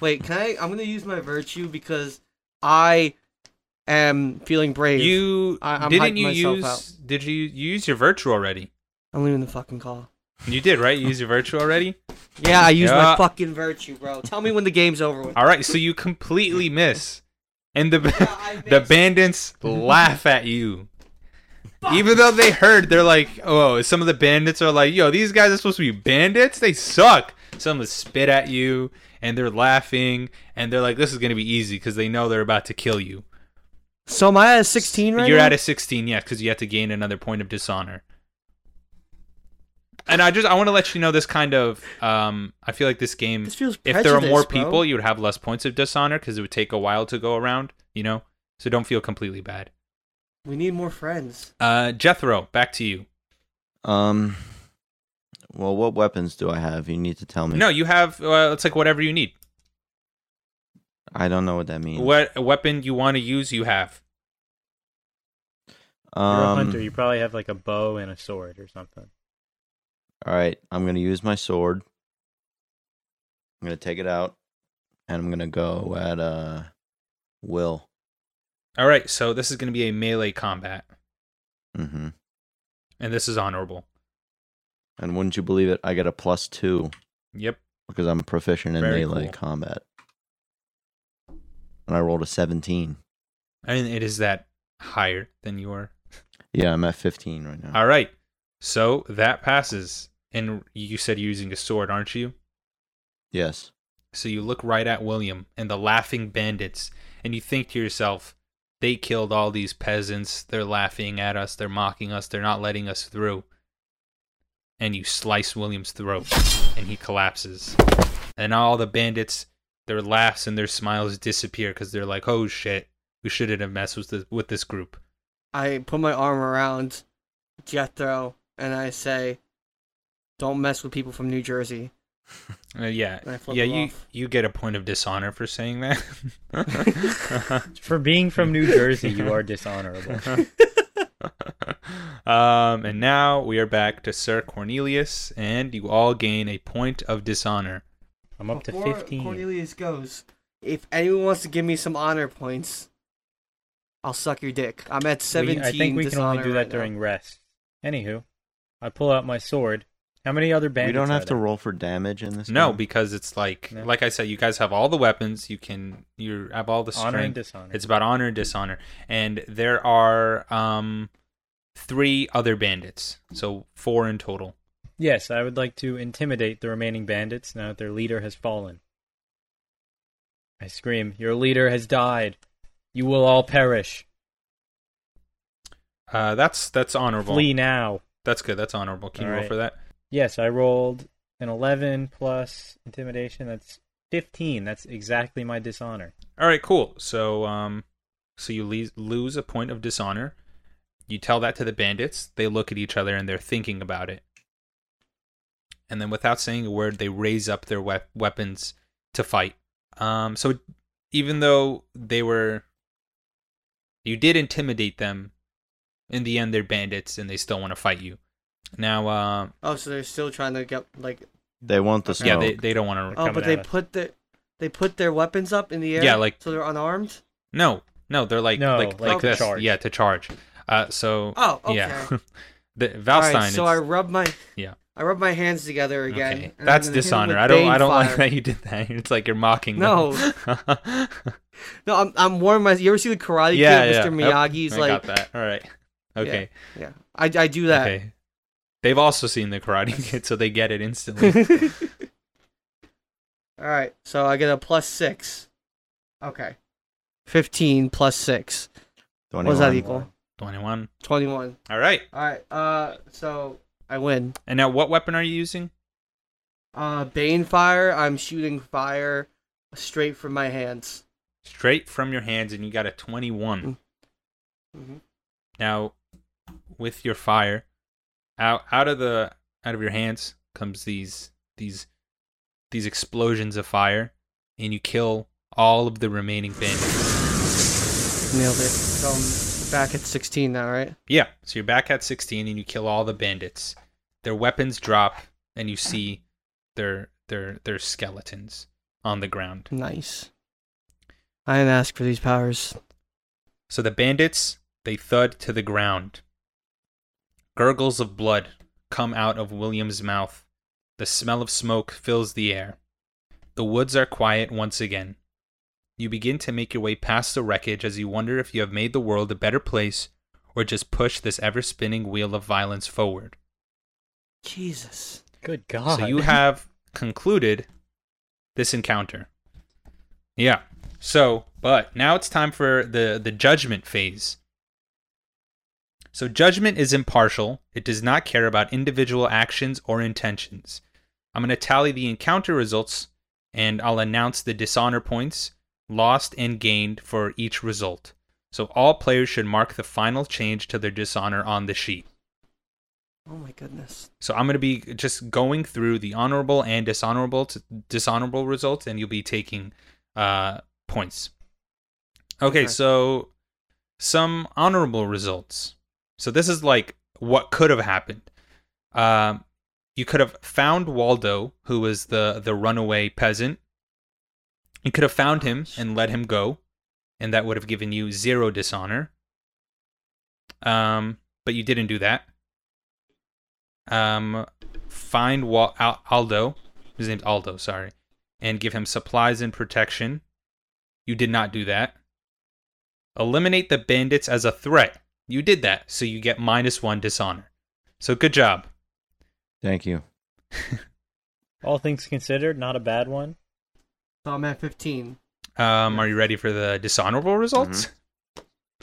A: Wait, can I? I'm gonna use my virtue because I am feeling brave.
B: You
A: I- I'm
B: didn't
A: hyping
B: you
A: myself
B: use?
A: out.
B: Did you, you use your virtue already?
A: I'm leaving the fucking call.
B: You did, right? You used your virtue already.
A: Yeah, I used
B: Yeah.
A: my fucking virtue, bro. Tell me when the game's over with.
B: All right, so you completely miss, and the
A: I missed.
B: the bandits laugh at you. Even though they heard, they're like, "Oh!" Some of the bandits are like, "Yo, these guys are supposed to be bandits. They suck." Some of them spit at you, and they're laughing, and they're like, "This is gonna be easy" because they know they're about to kill you.
A: So am I at a 16 right
B: You're
A: now?
B: at a 16, yeah, because you have to gain another point of dishonor. And I just I want to let you know this kind of um I feel like this game
A: This feels
B: if there are more
A: prejudice, bro.
B: people you would have less points of dishonor because it would take a while to go around you know so don't feel completely bad.
A: We need more friends.
B: Uh Jethro, back to you.
C: Um. Well, what weapons do I have? You need to tell me.
B: No, you have uh, it's like whatever you need.
C: I don't know what that means.
B: What weapon you want to use, you have.
D: You're a
C: Um,
D: hunter. You probably have like a bow and a sword or something.
C: All right, I'm gonna use my sword. I'm gonna take it out, and I'm gonna go at uh, Will.
B: All right, so this is going to be a melee combat
C: Mm-hmm.
B: and this is honorable.
C: And wouldn't you believe it? I get a plus two
B: Yep.
C: because I'm proficient in
B: Very
C: melee
B: cool.
C: combat. And I rolled a 17.
B: And it is that higher than you are.
C: Yeah, I'm at 15 right now.
B: All right. So that passes. And you said you're using a sword, aren't you?
C: Yes.
B: So you look right at William and the laughing bandits, and you think to yourself, they killed all these peasants. They're laughing at us. They're mocking us. They're not letting us through. And you slice William's throat, and he collapses. And all the bandits, their laughs and their smiles disappear because they're like, oh shit, we shouldn't have messed with this, with this group.
A: I put my arm around Jethro and I say, "Don't mess with people from New Jersey."
B: Uh, yeah,
A: And I flip
B: yeah.
A: him
B: You
A: off.
B: you get a point of dishonor for saying that.
D: For being from New Jersey, you are dishonorable.
B: um, and now we are back to Sir Cornelius, and you all gain a point of dishonor.
D: I'm up to
A: Before
D: 15.
A: Cornelius goes. If anyone wants to give me some honor points, I'll suck your dick. I'm at
D: We-
A: seventeen.
D: I think we can only
A: dishonor
D: do that
A: right now.
D: during rest. Anywho, I pull out my sword. How many other bandits?
C: we don't
D: are
C: have to
D: there?
C: roll for damage in this.
B: No,
C: game?
B: because it's like,
D: Yeah.
B: like I said, you guys have all the weapons. You can you have all the strength.
D: honor and dishonor.
B: It's about honor and dishonor, and there are um three other bandits, so four in total.
D: Yes, I would like to intimidate the remaining bandits now that their leader has fallen. I scream, Your leader has died. You will all perish.
B: Uh, that's that's honorable.
D: Flee now.
B: That's good. That's honorable. Can you
D: All
B: roll
D: right.
B: for that?
D: Yes, I rolled an 11 plus intimidation. That's 15. That's exactly my dishonor.
B: All right, cool. So, um, so you le- lose a point of dishonor. You tell that to the bandits. They look at each other and they're thinking about it. And then, without saying a word, they raise up their wep- weapons to fight. Um, so even though they were, you did intimidate them. In the end, they're bandits and they still want to fight you. Now, uh,
A: Oh, so they're still trying to get like.
C: they want the
B: yeah,
C: smoke.
B: they they don't want to.
A: Oh,
D: coming
A: but they
D: at us.
A: put the, they put their weapons up in the air.
B: Yeah, like-
A: so they're unarmed.
B: No, no, they're like
D: No,
B: like
D: like
B: like
D: to
B: this.
D: charge.
B: Yeah, to charge. Uh, so
A: Oh, okay.
B: Yeah. the
A: All
B: Valstein.
A: right, so I
B: is,
A: rub my
B: Yeah.
A: I rub my hands together again.
B: okay.
A: and I'm
B: That's
A: gonna hit him
B: dishonor.
A: with
B: I don't.
A: Bane
B: I don't
A: fire.
B: like that you did that. It's like you're mocking.
A: No.
B: them.
A: No, I'm I'm warming my. You ever see the Karate
B: yeah,
A: Kid?
B: yeah.
A: Mr.
B: Yep,
A: Miyagi's
B: I
A: like,
B: got that. All right. Okay.
A: yeah, I I do that.
B: Okay. They've also seen the Karate Kid, so they get it instantly.
A: All right, so I get a plus six. Okay, fifteen plus six. What does that
C: 21.
A: equal?
B: Twenty-one.
A: Twenty-one.
B: All right.
A: All right. Uh, so I win.
B: And now, what weapon are you using?
A: Uh, Bane fire. I'm shooting fire straight from my hands.
B: Straight from your hands, and you got a twenty-one.
A: Mhm.
B: Now, with your fire, out out of the out of your hands comes these these these explosions of fire, and you kill all of the remaining bandits.
A: Nailed it. So back at 16 now, right?
B: Yeah. So you're back at 16 and you kill all the bandits. Their weapons drop and you see their their their skeletons on the ground.
A: Nice. I am asked for these powers.
B: So the bandits, they thud to the ground. Gurgles of blood come out of William's mouth. The smell of smoke fills the air. The woods are quiet once again. You begin to make your way past the wreckage as you wonder if you have made the world a better place or just push this ever spinning wheel of violence forward.
A: Jesus.
D: Good God.
B: So you have concluded this encounter. Yeah. So, but now it's time for the the judgment phase. So judgment is impartial. It does not care about individual actions or intentions. I'm going to tally the encounter results and I'll announce the dishonor points lost and gained for each result. So all players should mark the final change to their dishonor on the sheet.
A: Oh my goodness.
B: So I'm going to be just going through the honorable and dishonorable to dishonorable results, and you'll be taking uh, points. Okay,
A: Okay.
B: so some honorable results. So this is like what could have happened. Um, you could have found Waldo, who was the the runaway peasant. You could have found him and let him go, and that would have given you zero dishonor. Um, but you didn't do that um, find Wa- Al- Aldo, his name's Aldo, sorry, and give him supplies and protection. You did not do that. Eliminate the bandits as a threat. You did that, so you get minus one dishonor. So good job.
C: Thank you.
D: All things considered, not a bad one.
A: So I'm at 15.
B: Um, are you ready for the dishonorable results?
D: Mm-hmm.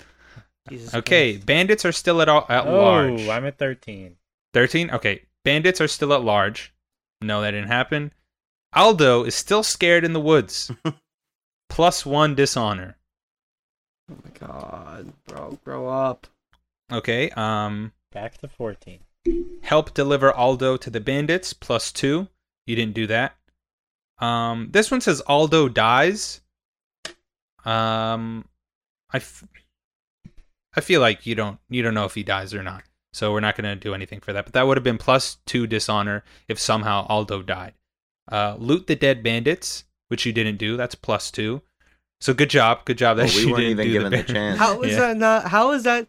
A: Jesus
B: Okay,
A: Christ.
B: bandits are still at, all, at
D: oh,
B: large.
D: I'm at 13.
B: 13? Okay. Bandits are still at large. No, that didn't happen. Aldo is still scared in the woods. Plus one dishonor.
A: Oh my god, bro, grow up.
B: Okay. Um,
D: Back to 14.
B: help deliver Aldo to the bandits. Plus two. You didn't do that. Um, this one says Aldo dies. Um, I, f- I feel like you don't you don't know if he dies or not. So we're not gonna do anything for that. But that would have been plus two dishonor if somehow Aldo died. Uh, loot the dead bandits, which you didn't do. That's plus two. So good job, good job that
C: Well, Oh, we
B: you
C: weren't
B: didn't
C: even
B: do
C: given the
B: bandits.
C: chance.
A: How is
B: Yeah.
A: that not? How is that?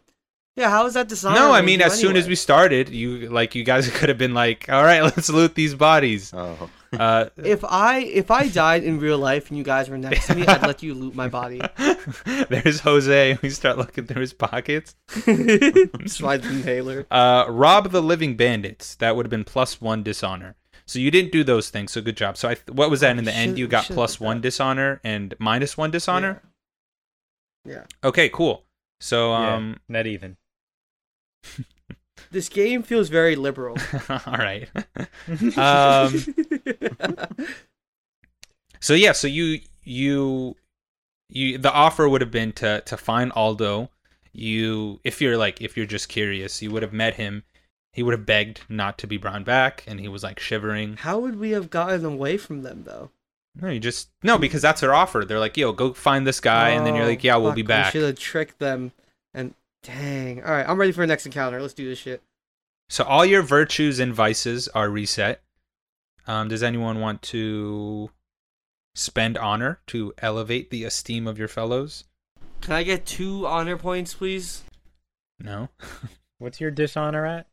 A: Yeah, how is that dishonorable?
B: No, I mean,
A: to you
B: as soon as we
A: anyway?
B: started, you like you guys could have been like, "All right, let's loot these bodies."
C: Oh,
B: Uh,
A: If I if I died in real life and you guys were next to me, I'd let you loot my body.
B: there's Jose. We start looking through his pockets.
A: Slide the inhaler.
B: Uh, rob the living bandits. That would have been plus one dishonor. So you didn't do those things. So good job. So I, th- what was that in
A: Oh, We
B: the end?
A: should-
B: You
A: we
B: got
A: should
B: plus
A: do
B: one
A: that.
B: dishonor and minus one dishonor.
A: Yeah.
B: Okay, cool. So um,
D: yeah, not even.
A: This game feels very liberal.
B: all right. um, So yeah, so you you you the offer would have been to to find Aldo. You if you're like if you're just curious, you would have met him. He would have begged not to be brought back, and he was like shivering.
A: how would we have gotten away from them though?
B: No, you just no because that's their offer. They're like, yo, go find this guy, and then you're
A: Oh,
B: like, yeah, we'll
A: fuck,
B: be
A: We
B: back.
A: should have tricked them. And dang, all right, I'm ready for the next encounter. Let's do this shit.
B: So all your virtues and vices are reset. Um, does anyone want to spend honor to elevate the esteem of your fellows?
A: Can I get two honor points, please?
B: No.
D: What's your dishonor at?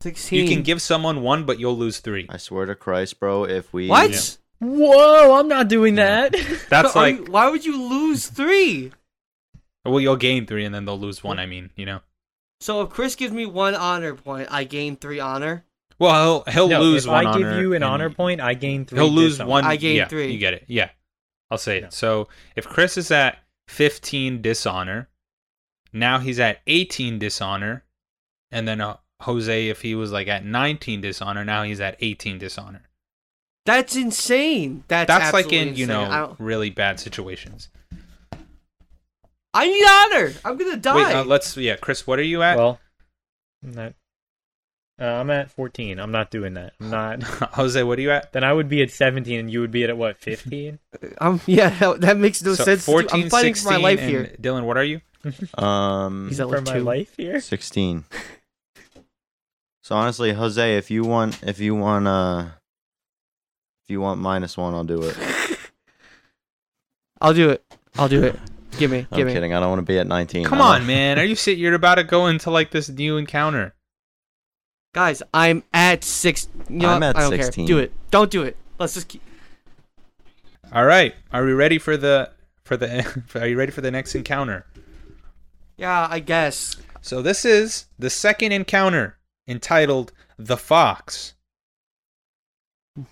A: Sixteen.
B: You can give someone one, but you'll lose three.
C: I swear to Christ, bro, if we
A: what?
B: Yeah.
D: Whoa, I'm not doing
B: Yeah.
D: that.
B: That's
A: Are
B: like
A: you- why would you lose three?
B: Well, you'll gain three and then they'll lose one. I mean, you know.
A: So if Chris gives me one honor point, I gain three honor.
B: Well, he'll, he'll
D: no,
B: lose
D: if
B: one.
D: I give
B: honor
D: you an
B: and
D: honor point, I gain three.
B: He'll lose
D: dishonor.
B: one.
A: I gain
B: yeah,
A: three.
B: You get it? Yeah, I'll say
D: No.
B: it. So if Chris is at fifteen dishonor, now he's at eighteen dishonor, and then uh, Jose, if he was like at nineteen dishonor, now he's at eighteen dishonor.
A: That's insane. That's,
B: That's like
A: absolutely
B: in you
A: insane. I,
B: know
A: don't-
B: really bad situations.
A: I need honor. I'm gonna die.
B: Wait, uh, let's yeah, Chris, what are you at?
D: Well, I'm not- uh, I'm at 14. I'm not doing that. I'm not.
B: Jose, what are you at?
D: Then I would be at 17, and you would be at what 15?
A: Um, yeah, that- that makes no
B: So
A: sense. to do. I'm fighting for my life
B: 16,
A: here.
B: and Dylan, what are you?
C: Um,
A: He's at
D: for
A: like
D: my
A: two.
D: life here.
C: 16 so honestly jose if you want if you want uh if you want minus one i'll do it
A: I'll do it. I'll do it. Give me.
C: i'm
A: Give me.
C: kidding i don't want to be at 19
B: Come
C: I
B: on,
C: don't-
B: man. Are you sit? You're about to go into like this new encounter.
A: Guys, I'm at six. You know
C: I'm
A: what?
C: at
A: I don't
C: 16.
A: care. Do it. Don't do it. Let's just keep.
B: All right. Are we ready for the for the? Are you ready for the next encounter?
A: Yeah, I guess.
B: So this is the second encounter entitled "The Fox."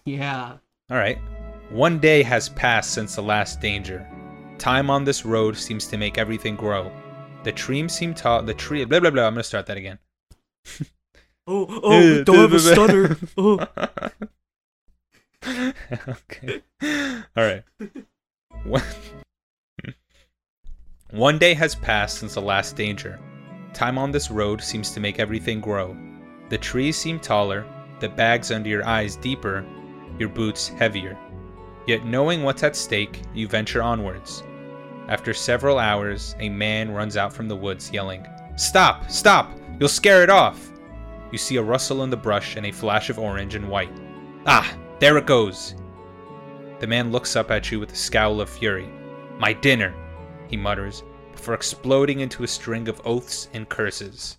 A: Yeah.
B: All right. One day has passed since the last danger. Time on this road seems to make everything grow. The trees seem tall. The tree. Blah blah blah. I'm gonna start that again.
A: Oh, oh, don't have a stutter. Oh.
B: okay. All right. One- One day has passed since the last danger. Time on this road seems to make everything grow. The trees seem taller, the bags under your eyes deeper, your boots heavier. Yet, knowing what's at stake, you venture onwards. After several hours, a man runs out from the woods yelling, Stop! Stop! You'll scare it off! You see a rustle in the brush and a flash of orange and white. Ah, there it goes! The man looks up at you with a scowl of fury. My dinner, he mutters, before exploding into a string of oaths and curses.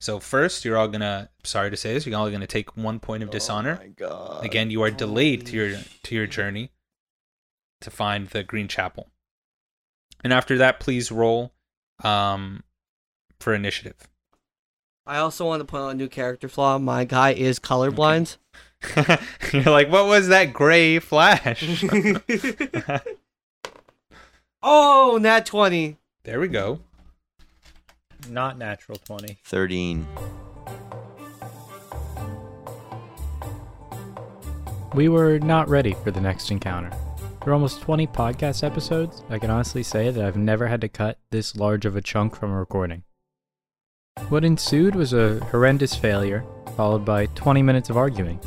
B: So, first, you're all gonna, sorry to say this, you're all gonna take one point of dishonor.
C: oh my god
B: Again, you are delayed to your to your journey to find the Green Chapel. And after that, please roll um, for initiative.
A: I also want to point out a new character flaw. My guy is colorblind.
B: You're like, what was that gray flash?
A: oh, nat 20.
B: there we go.
D: Not natural twenty.
C: 13
E: We were not ready for the next encounter. Through almost 20 podcast episodes, I can honestly say that I've never had to cut this large of a chunk from a recording. What ensued was a horrendous failure, followed by 20 minutes of arguing.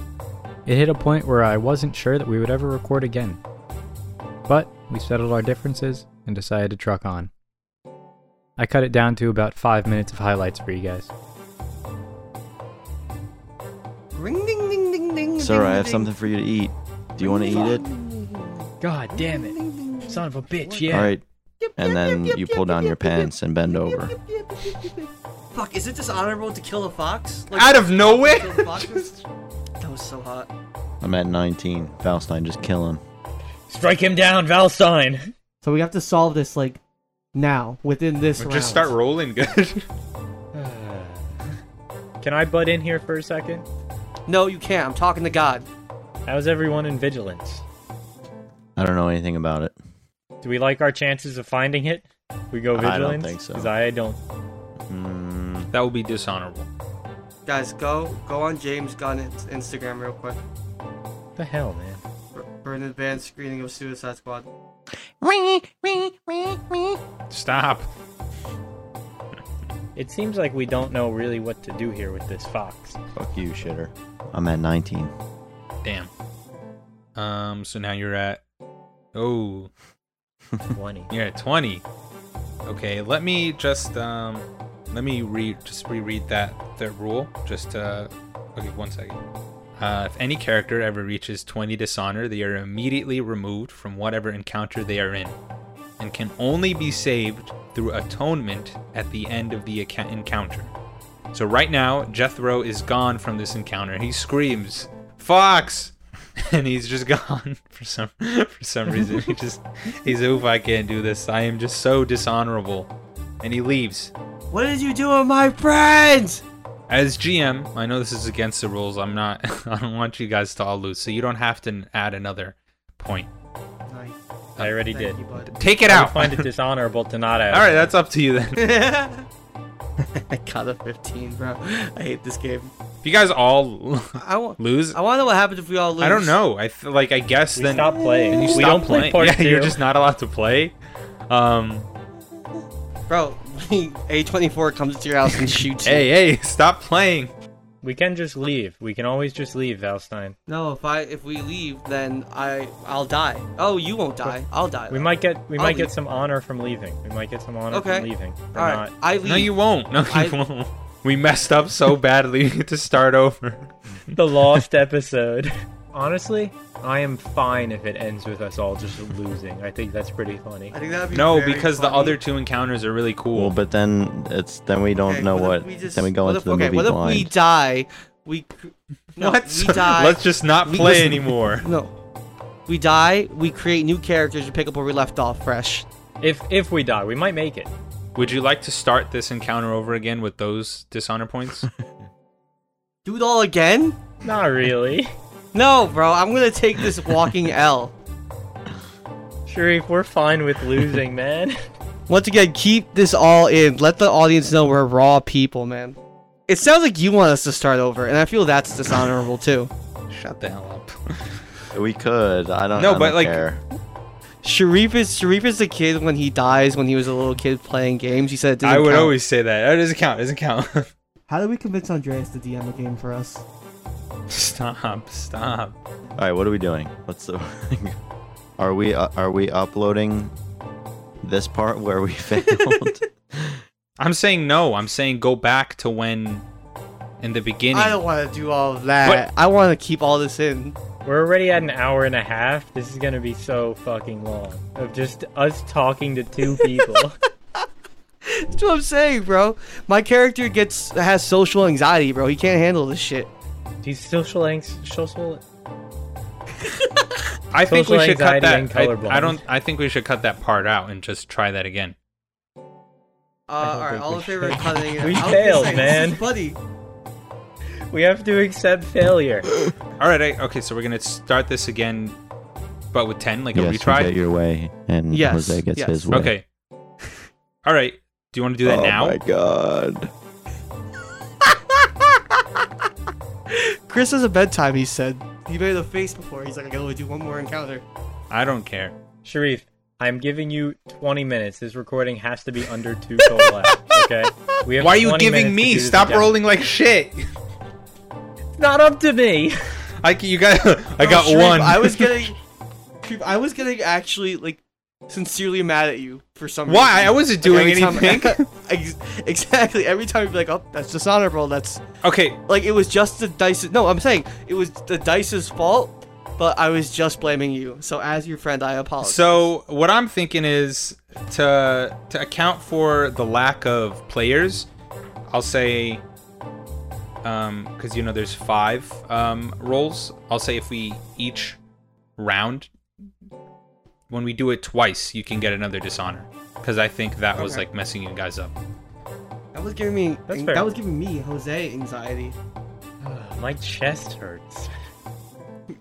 E: It hit a point where I wasn't sure that we would ever record again. But we settled our differences and decided to truck on. I cut it down to about 5 minutes of highlights for you guys.
A: Ring, ding, ding, ding, ding.
C: sir
A: ding,
C: i have
A: ding.
C: something for you to eat do you want to eat it
D: God damn it, son of a bitch!
C: all right and then you pull down your pants and bend over
A: Fuck, is it dishonorable to kill a fox? Like,
B: Out of nowhere?
A: kill the foxes? that was so hot.
C: i'm at 19 falstein just kill him
D: Strike him down, Valstein.
A: So we have to solve this, like, now, within this round.
B: Just start rolling good.
D: Can I butt in here for a second?
A: No, you can't. I'm talking to God.
D: How's everyone in vigilance?
C: i don't know anything about it
D: Do we like our chances of finding it? We go
C: I don't
D: vigilance.
C: think so.
D: 'Cause I don't.
C: Mm,
B: that would be dishonorable.
A: Guys, go go on James Gunn's Instagram real quick
D: The hell, man.
A: for, for an advanced screening of Suicide Squad.
B: Stop.
D: It seems like we don't know really what to do here with this fox.
C: fuck you shitter i'm at 19
B: Damn. Um. So now you're at. Oh,
D: Twenty.
B: you're at twenty. Okay. Let me just um. Let me read. Just reread that that rule. Just uh. Okay. One second. Uh, if any character ever reaches 20 dishonor, they are immediately removed from whatever encounter they are in, and can only be saved through atonement at the end of the acca- encounter. So right now, Jethro is gone from this encounter. He screams, "Fox!" and he's just gone for some for some reason. He just he's oof, I can't do this. I am just so dishonorable, and he leaves.
A: What did you do with my friends?
B: As GM, I know this is against the rules. I'm not. I don't want you guys to all lose, so you don't have to add another point.
A: Nice.
D: I already
A: Thank
D: did.
A: you, bud.
B: Take it
D: I
B: out.
D: would find it dishonorable to not ask.
B: all right, that's up to you then.
A: I got a 15, bro. I hate this game.
B: If you guys all
A: I want.
B: lose,
A: I want to know what happens if we all lose.
B: I don't know. I th- like. I guess
D: We
B: then
D: stop playing.
B: then you
D: we
B: stop
D: don't play
B: playing.
D: part
B: yeah,
D: two.
B: you're just not allowed to play. Um.
A: bro. A24 comes to your house and shoots you.
B: Hey, hey, stop playing.
D: We can just leave. We can always just leave, Valstein.
A: No, if I if we leave, then I I'll die. Oh, you won't die. I'll die.
D: We might get we
A: I'll
D: might get
A: leave.
D: some honor from leaving. We might get some honor
A: Okay.
D: from leaving. Or
A: All
D: not.
A: right, I leave.
B: No, you won't. No, you
A: I-
B: won't. We messed up so badly. We get to start over.
D: The lost episode. Honestly, I am fine if it ends with us all just losing. I think that's pretty funny.
A: I think that'd be
B: No,
A: very
B: because the
A: funny.
B: other two encounters are really cool.
C: Well, but then it's then we don't
A: Okay,
C: know
A: what
C: what.
A: if we just-
C: then we go
A: what
C: into
A: if-
C: the
A: okay,
C: movie
A: what if we
C: blind.
A: die? We cr- no,
B: Let's-
A: we die.
B: Let's just not
A: We
B: play
A: just-
B: anymore.
A: no. We die, we create new characters and pick up where we left off fresh.
D: If if we die, we might make it.
B: Would you like to start this encounter over again with those dishonor points?
A: Do it all again?
D: Not really.
A: No, bro, I'm gonna take this walking L.
D: Sharif, we're fine with losing, man.
A: Once again, keep this all in. Let the audience know we're raw people, man. It sounds like you want us to start over, and I feel that's dishonorable too.
B: Shut the hell up.
C: We could. I don't.
B: No,
C: I don't
B: but, like-
C: care.
A: Sharif is Sharif is the kid when he dies when he was a little kid playing games. He said it didn't
B: I would
A: count.
B: always say that. It doesn't count. It doesn't count.
A: How do we convince Andreas to DM a game for us?
B: stop. Stop.
C: All right, what are we doing? What's the? are we uh, are we uploading this part where we failed?
B: I'm saying no. I'm saying go back to when in the beginning.
A: I don't want to do all of that. I want to keep all this in.
D: We're already at an hour and a half. This is gonna be so fucking long. Of just us talking to two people.
A: That's what I'm saying, bro. My character gets has social anxiety, bro. He can't handle this shit.
D: He's social angst social
B: I think we
D: Social
B: should cut
D: anxiety
B: that.
D: and colorblind.
B: I, I don't. I think we should cut that part out and just try that again.
A: Uh,
D: don't
A: all right,
D: think
A: all
D: we
A: in favor
D: should.
A: of cutting it.
D: We
A: out. I was
D: failed,
A: gonna say, this is
D: man.
A: Funny.
D: We have to accept failure.
B: All right. I, okay. So we're gonna start this again, but with ten, like
C: yes,
B: a
C: you
B: retry.
C: get your way, and
A: Yes,
C: Jose gets
A: yes.
C: his way.
B: okay. All right. Do you want to do that
C: oh
B: now?
C: my god.
A: Chris has a bedtime. He said he made a face before. He's like, I can only do one more encounter.
B: I don't care.
D: Sharif, I'm giving you 20 minutes. This recording has to be under two total hours, okay? We have
B: Why are you
D: 20
B: giving
D: minutes to do
B: me?
D: this
B: Stop
D: again.
B: rolling like shit.
D: It's not up to me.
B: I c- you got. I
D: Oh,
A: No,
B: got
A: Sharif,
B: one.
A: I was getting. Sharif, I was getting actually like sincerely mad at you for some reason.
B: Why? I wasn't doing
A: Like, every
B: anything.
A: time- Ex- exactly. Every time you'd be like, oh, that's dishonorable. That's
B: okay.
A: like it was just the dice. No, I'm saying it was the dice's fault, but I was just blaming you. So as your friend, I apologize.
B: So what I'm thinking is to to account for the lack of players, I'll say um because you know there's five um rolls. I'll say if we each round when we do it twice, you can get another dishonor. Because I think that was
A: Okay.
B: like messing you guys up.
A: that was giving me.
D: That's fair.
A: That was giving me Jose anxiety.
D: My chest hurts.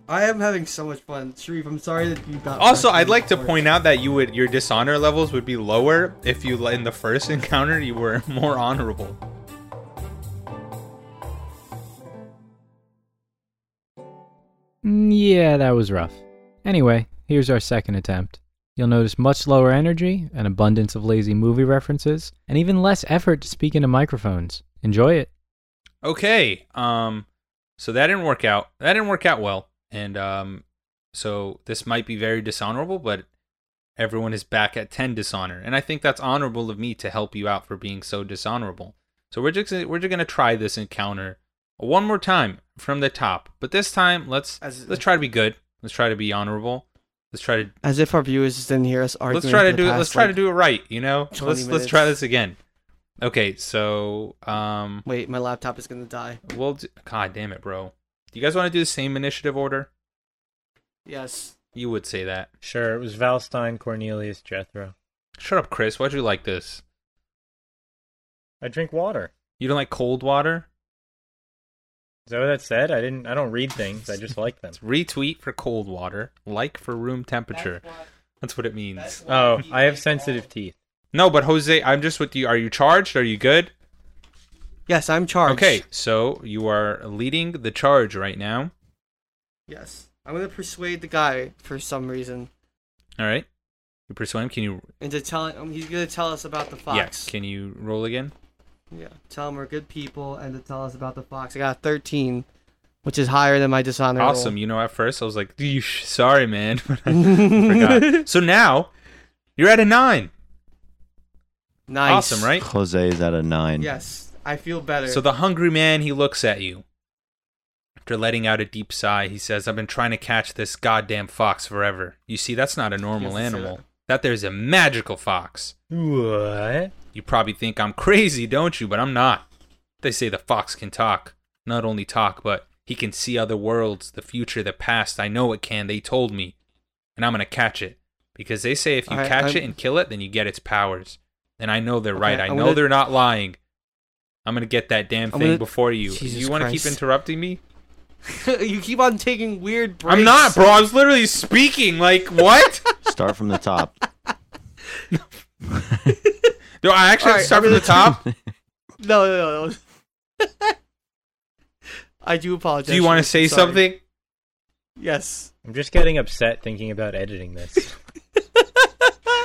A: I am having so much fun, Sharif. I'm sorry that you got.
B: Also, I'd like to point out that you would your dishonor levels would be lower if you in the first encounter you were more honorable.
E: Mm, Yeah, that was rough. Anyway, here's our second attempt. You'll notice much lower energy, an abundance of lazy movie references, and even less effort to speak into microphones. Enjoy it.
B: okay um so that didn't work out that didn't work out well and um so this might be very dishonorable but everyone is back at 10 dishonor and i think that's honorable of me to help you out for being so dishonorable so we're just we're just going to try this encounter one more time from the top but this time let's
A: As-
B: let's try to be good let's try to be honorable let's try to
A: As if our viewers didn't hear us arguing.
B: let's try
A: for
B: to
A: the
B: do it
A: past,
B: let's try to
A: like-
B: do it right you know
A: 20
B: let's let's try
A: minutes.
B: this again okay so um
A: Wait, my laptop is gonna die.
B: We'll do- God damn it, bro. Do you guys want to do the same initiative order?
A: Yes.
B: You would say that.
D: Sure, it was Valstein, Cornelius, Jethro.
B: Shut up, Chris. Why'd you like this?
D: I drink water.
B: You don't like cold water?
D: Is that what that said? I didn't. I don't read things. I just like them.
B: Retweet for cold water, like for room temperature. That's what it means.
D: Oh, I have sensitive teeth.
B: No, but Jose, I'm just with you. Are you charged? Are you good?
A: Yes, I'm charged.
B: Okay, so you are leading the charge right now.
A: Yes. I'm gonna persuade the guy for some reason
B: All right. You persuade him. Can you?
A: um, into telling him he's gonna tell us about the fox.
B: Yes. Can you roll again?
A: Yeah. Tell them we're good people and to tell us about the fox. I got a 13, which is higher than my dishonor. roll.
B: Awesome. You know, at first I was like, "Eesh, sorry, man. but I forgot. So now you're at a nine.
A: Nice.
B: Awesome, right?
C: Jose is at a nine.
A: Yes. I feel better.
B: So the hungry man, he looks at you. After letting out a deep sigh, he says, I've been trying to catch this goddamn fox forever. You see, that's not a normal
A: Yes, it's
B: animal.
A: a-
B: That there's a magical fox.
D: What?
B: You probably think I'm crazy, don't you? But I'm not. They say the fox can talk. Not only talk, but he can see other worlds, the future, the past. I know it can. They told me. And I'm going to catch it. Because they say if you
A: Alright,
B: catch
A: I'm-
B: it and kill it, then you get its powers. And I know they're
A: Okay,
B: right. I
A: I'm
B: know
A: gonna-
B: they're not lying. I'm going to get that damn
A: I'm
B: thing
A: gonna-
B: before you.
A: Jesus
B: you want to keep
A: Christ.
B: interrupting me?
A: you keep on taking weird breaks.
B: I'm not, bro. I was literally speaking. Like, what?
C: Start from the top.
B: Do I actually have to
A: Alright, I'm
B: start from the top?
A: No, no, no. no. I do apologize.
B: Do you want to say
A: Sorry.
B: something?
A: Yes.
D: I'm just getting upset thinking about editing this.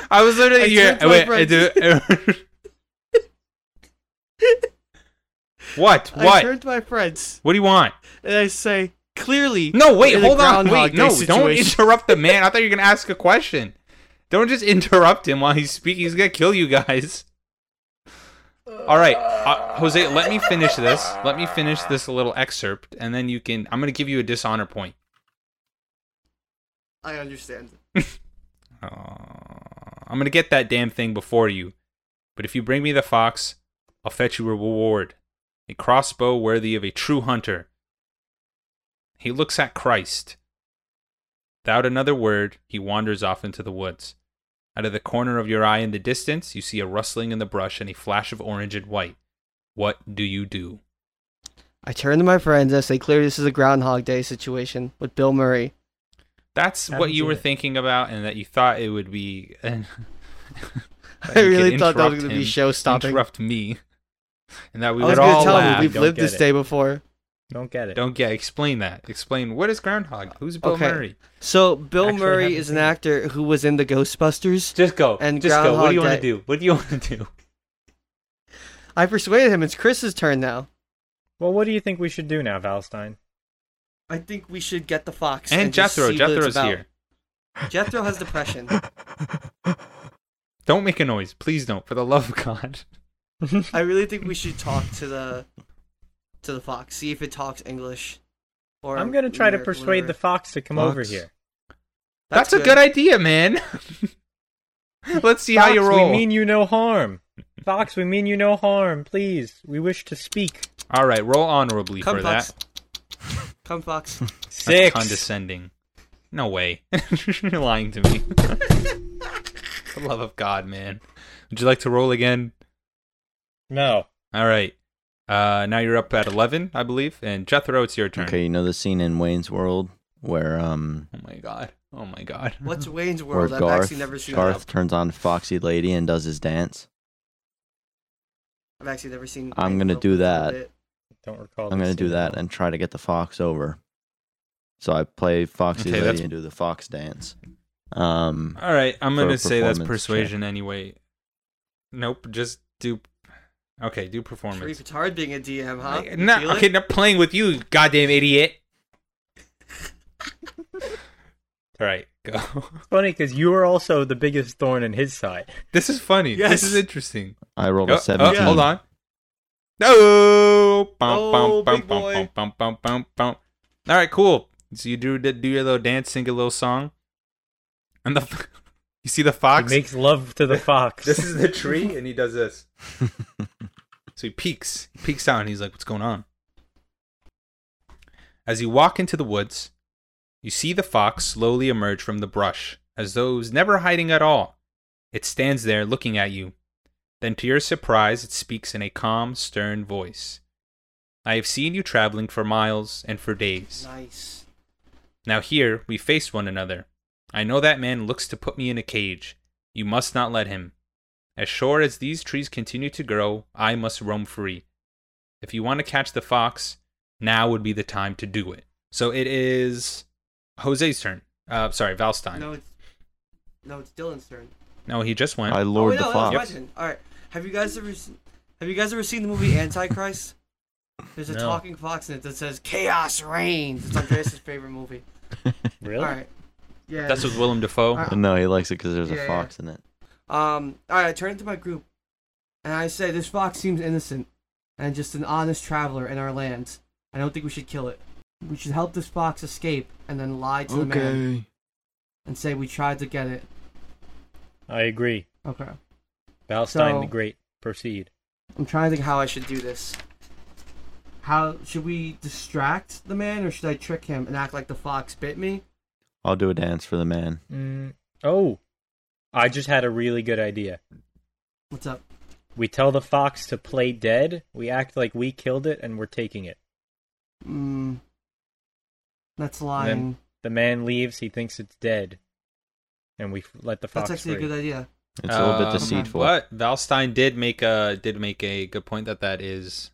B: I was literally
A: I
B: here.
A: turned to my
B: wait, I do. what?
A: I
B: What?
A: turn to my friends
B: What do you want?
A: and I say, clearly.
B: No, wait,
A: in a
B: hold on.
A: Groundhog
B: Wait,
A: Day
B: no, don't
A: situation-
B: interrupt the man. I thought you were gonna ask a question. Don't just interrupt him while he's speaking. He's gonna kill you guys. All right, uh, Jose, let me finish this. Let me finish this little excerpt, and then you can. I'm gonna give you a dishonor point.
A: I understand.
B: Uh, I'm gonna get that damn thing before you. But if you bring me the fox, I'll fetch you a reward. A crossbow worthy of a true hunter. He looks at Christ. Without another word, he wanders off into the woods. Out of the corner of your eye in the distance, you see a rustling in the brush and a flash of orange and white. What do you do?
A: I turn to my friends and I say, clearly, this is a Groundhog Day situation with Bill Murray.
B: That's
D: Haven't
B: what you
D: seen
B: were
D: it.
B: thinking about, and that you thought it would be. And
A: I really thought that was going to be show stopping.
B: Interrupt me, and that we
A: I was
B: would
A: going
B: all
A: to tell
B: laugh.
A: you, we've
D: Don't
A: lived
D: get
A: this
D: it.
A: day before.
D: Don't get it.
B: Don't get. Explain that. Explain what is Groundhog. Who's Bill
A: Okay.
B: Murray?
A: So, Bill
B: Actually, I
A: Murray
B: haven't
A: is an
B: seen it.
A: actor who was in the Ghostbusters.
B: Just go.
A: And Just go. What do you Groundhog wanna Day.
B: do? What do you want to do?
A: I persuaded him. It's Chris's turn now.
D: Well, what do you think we should do now, Valstein?
A: I think we should get the fox.
B: And,
A: just
B: Jethro.
A: see what it's
B: Jethro's
A: about.
B: here.
A: Jethro has depression.
B: Don't make a noise, please. Don't. For the love of God.
A: I really think we should talk to the to the fox. See if it talks English. Or
D: I'm gonna try to
A: Ameri-
D: persuade
A: whatever.
D: the fox to come over
B: Fox.
D: here.
B: That's, a good idea, man. Let's see how you
D: Fox,
B: roll.
D: We mean you no harm. Fox, we mean you no harm. Please, we wish to speak.
B: All right, roll honorably
A: Come
B: for
A: fox.
B: that.
A: Come fox.
B: That's
D: Six.
B: condescending. No way. You're lying to me. for the love of God, man. Would you like to roll again?
D: No.
B: All right. Uh, now you're up at eleven, I believe. And Jethro, it's your turn.
C: Okay, you know the scene in Wayne's World where um
B: Oh my god. Oh my god.
A: What's Wayne's
C: where
A: World? I've
C: Garth,
A: actually never seen
C: Garth
A: that.
C: turns on Foxy Lady and does his dance.
A: I've actually never seen.
C: I'm
A: Wayne's
C: gonna
A: World
C: do
A: for a little
C: that.
A: bit.
D: Don't recall.
C: I'm
D: this
C: gonna do
D: scene at
C: that
D: all.
C: and try to get the fox over. So I play Foxy
B: Okay,
C: Lady
B: that's-
C: and do the fox dance. Um,
B: All right, I'm
C: for a
B: gonna say that's
C: performance
B: persuasion anyway. Nope, just do. Okay, do performance.
A: Sharif, it's hard being a DM, huh?
B: Like,
A: You
B: nah,
A: feel it?
B: okay, not playing with you, you goddamn idiot. All right, go.
D: It's funny because you are also the biggest thorn in his side.
B: This is funny.
A: Yes.
B: This is interesting.
C: I rolled
B: Oh,
C: a
B: oh,
C: 17.
B: hold on. No. Bum,
A: Oh,
B: bum,
A: big
B: bum, bum,
A: boy.
B: bum, bum, bum, bum. All right, cool. So you do do your little dance, sing a little song, and the f- you see the
D: He
B: fox.
D: makes love to the fox.
B: this is the tree and he does this so he peeks he peeks out and he's like what's going on as you walk into the woods you see the fox slowly emerge from the brush as though it was never hiding at all it stands there looking at you then to your surprise it speaks in a calm stern voice i have seen you traveling for miles and for days
A: Nice.
B: now here we face one another. I know that man looks to put me in a cage. You must not let him. As sure as these trees continue to grow, I must roam free. If you want to catch the fox, now would be the time to do it. So it is Jose's turn. Uh, sorry, Valstein.
A: No,
B: No,
A: it's no, it's Dylan's turn.
B: he just went.
C: I
A: Oh,
C: lured
A: wait, no,
C: the
A: Oh, that was my
C: fox.
A: turn. All right. Have you guys ever seen? Have you guys ever seen the movie Antichrist? There's a
B: No.
A: talking fox in it that says "Chaos reigns." It's Andreas' favorite movie.
D: Really?
A: All right. Yeah.
B: That's with Willem Dafoe.
A: Uh,
C: No, he likes it because there's
A: Yeah,
C: a fox in it.
A: Um, all right, I turn to my group, and I say, "This fox seems innocent, and just an honest traveler in our lands. I don't think we should kill it. We should help this fox escape, and then lie to the man and say we tried to get it."
D: I agree.
A: Okay,
D: Palestine the
A: So-
D: Great. Proceed.
A: I'm trying to think how I should do this. How should we distract the man, or should I trick him and act like the fox bit me?
C: I'll do a dance for the man.
D: Mm, oh, I just had a really good idea.
A: What's up?
D: We tell the fox to play dead. We act like we killed it and we're taking it.
A: Mm, that's
D: And
A: lying.
D: then the man leaves. He thinks it's dead, and we f- let the fox.
A: that's actually
D: free.
A: a good idea.
C: It's a little
B: Um,
C: bit deceitful.
B: But Valstein did make a did make a good point that that is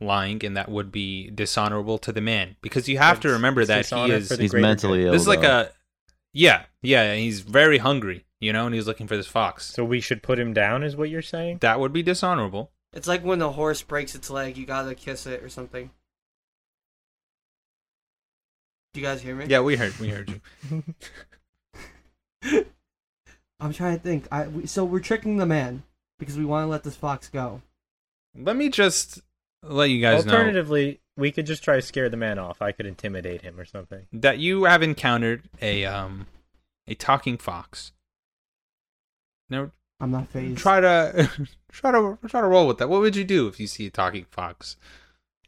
B: lying and that would be dishonorable to the man because you have to
D: It's-
B: remember
D: it's
B: that he
D: dishonor
B: is
D: for the
B: this
C: He's
D: greater
C: mentally ill.
B: is like
C: though.
B: a yeah yeah and he's very hungry you know and he's looking for this fox
D: So we should put him down, is what you're saying?
B: that would be dishonorable
A: It's like when a horse breaks its leg, you gotta kiss it or something. Do you guys hear me?
B: yeah we heard we heard you
A: I'm trying to think. I we, so we're tricking the man because we want to let this fox go.
B: let me just let you guys know
D: Alternatively, we could just try to scare the man off. I could intimidate him or something.
B: that you have encountered a um a talking fox. Now
A: I'm not phased.
B: try to try to try to roll with that. What would you do if you see a talking fox?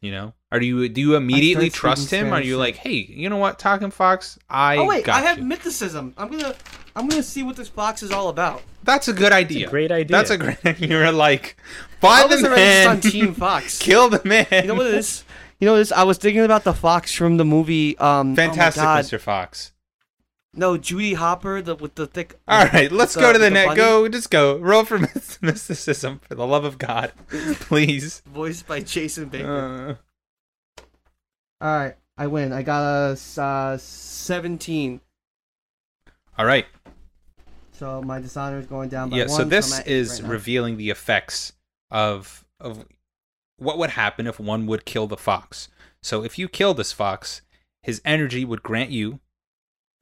B: You know, are you do you immediately
A: start speaking
B: trust him? Are
A: Spanish
B: you
A: then.
B: like, hey, you know what, talking fox? I
A: oh wait,
B: got
A: I have
B: you."
A: mythicism. I'm gonna I'm gonna see what this fox is all about.
B: That's a good idea.
D: great idea.
B: That's a great. You're like, find
A: I was
B: the
A: already
B: man,
A: on Team Fox.
B: kill the man.
A: You know what it is? You know this? I was thinking about the fox from the movie. Um,
B: Fantastic,
A: oh my God.
B: Mr. Fox.
A: No, Judy Hopper, the with the thick.
B: All right, let's
A: with
B: go to the
A: with
B: net.
A: bunny
B: Go, just go. Roll for mysticism, for the love of God, please.
A: Voiced by Jason Baker.
B: Uh,
A: All right, I win. I got a s- uh, 17,
B: all right.
A: so my dishonor is going down by
B: Yeah.
A: one.
B: So
A: I'm
B: this
A: at eight
B: is
A: right now.
B: revealing the effects of of what would happen if one would kill the fox. So if you kill this fox, his energy would grant you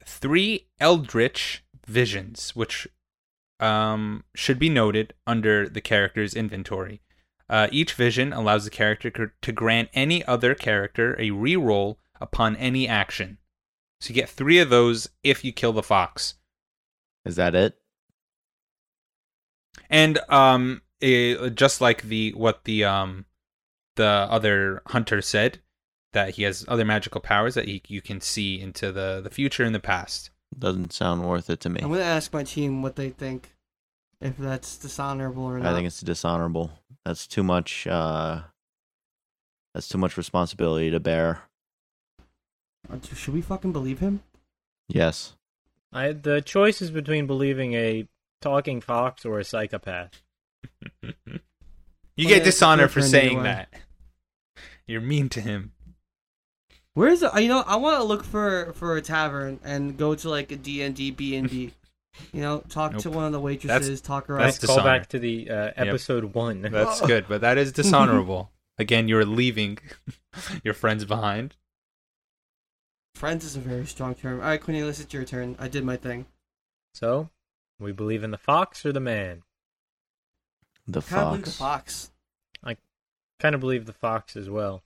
B: three eldritch visions, which um, should be noted under the character's inventory. Uh, each vision allows the character cr- to grant any other character a reroll upon any action. So you get three of those if you kill the fox.
C: Is that it?
B: and um eh, just like the what the um the other hunter said that he has other magical powers that he, you can see into the the future and the past
C: Doesn't sound worth it to me.
A: I'm gonna ask my team what they think, if that's dishonorable or not.
C: I think it's dishonorable. That's too much. Uh, that's too much responsibility to bear.
A: Uh, Should we fucking believe him?
C: Yes.
D: I the choice is between believing a talking fox or a psychopath.
B: you
A: Well, yeah,
B: get
A: it's
B: dishonor for
A: different
B: saying
A: anyway.
B: that you're mean to him
A: Where is it? You know, I want to look for for a tavern and go to like a D and D B and B. You know, talk to
B: Nope.
A: one of the waitresses, talk her
B: that's
A: out.
D: Let's call
B: dishonor.
D: back to the uh, episode one.
B: that's good but that is dishonorable again you're leaving your friends behind
A: Friends is a very strong term. All right, Cornelius, it's your turn. I did my thing.
D: So, we believe in the fox or the man?
C: The
A: Can I believe the
C: fox.
A: fox?
D: Kind of believe the fox as well.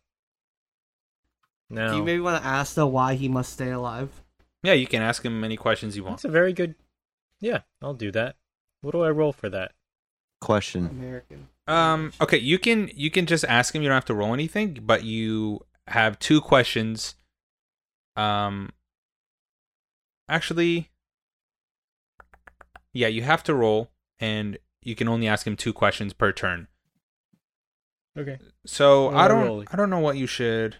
A: Do you
D: Now,
A: maybe want to ask though why he must stay alive?
B: yeah you can ask him any questions you want
D: that's a very good. Yeah, I'll do that. What do I roll for that?
C: Question.
A: American.
B: um okay you can you can just ask him you don't have to roll anything but you have two questions um actually yeah you have to roll and you can only ask him two questions per turn
D: Okay.
B: so i
D: What am I
B: don't
D: rolling?
B: i don't know what you should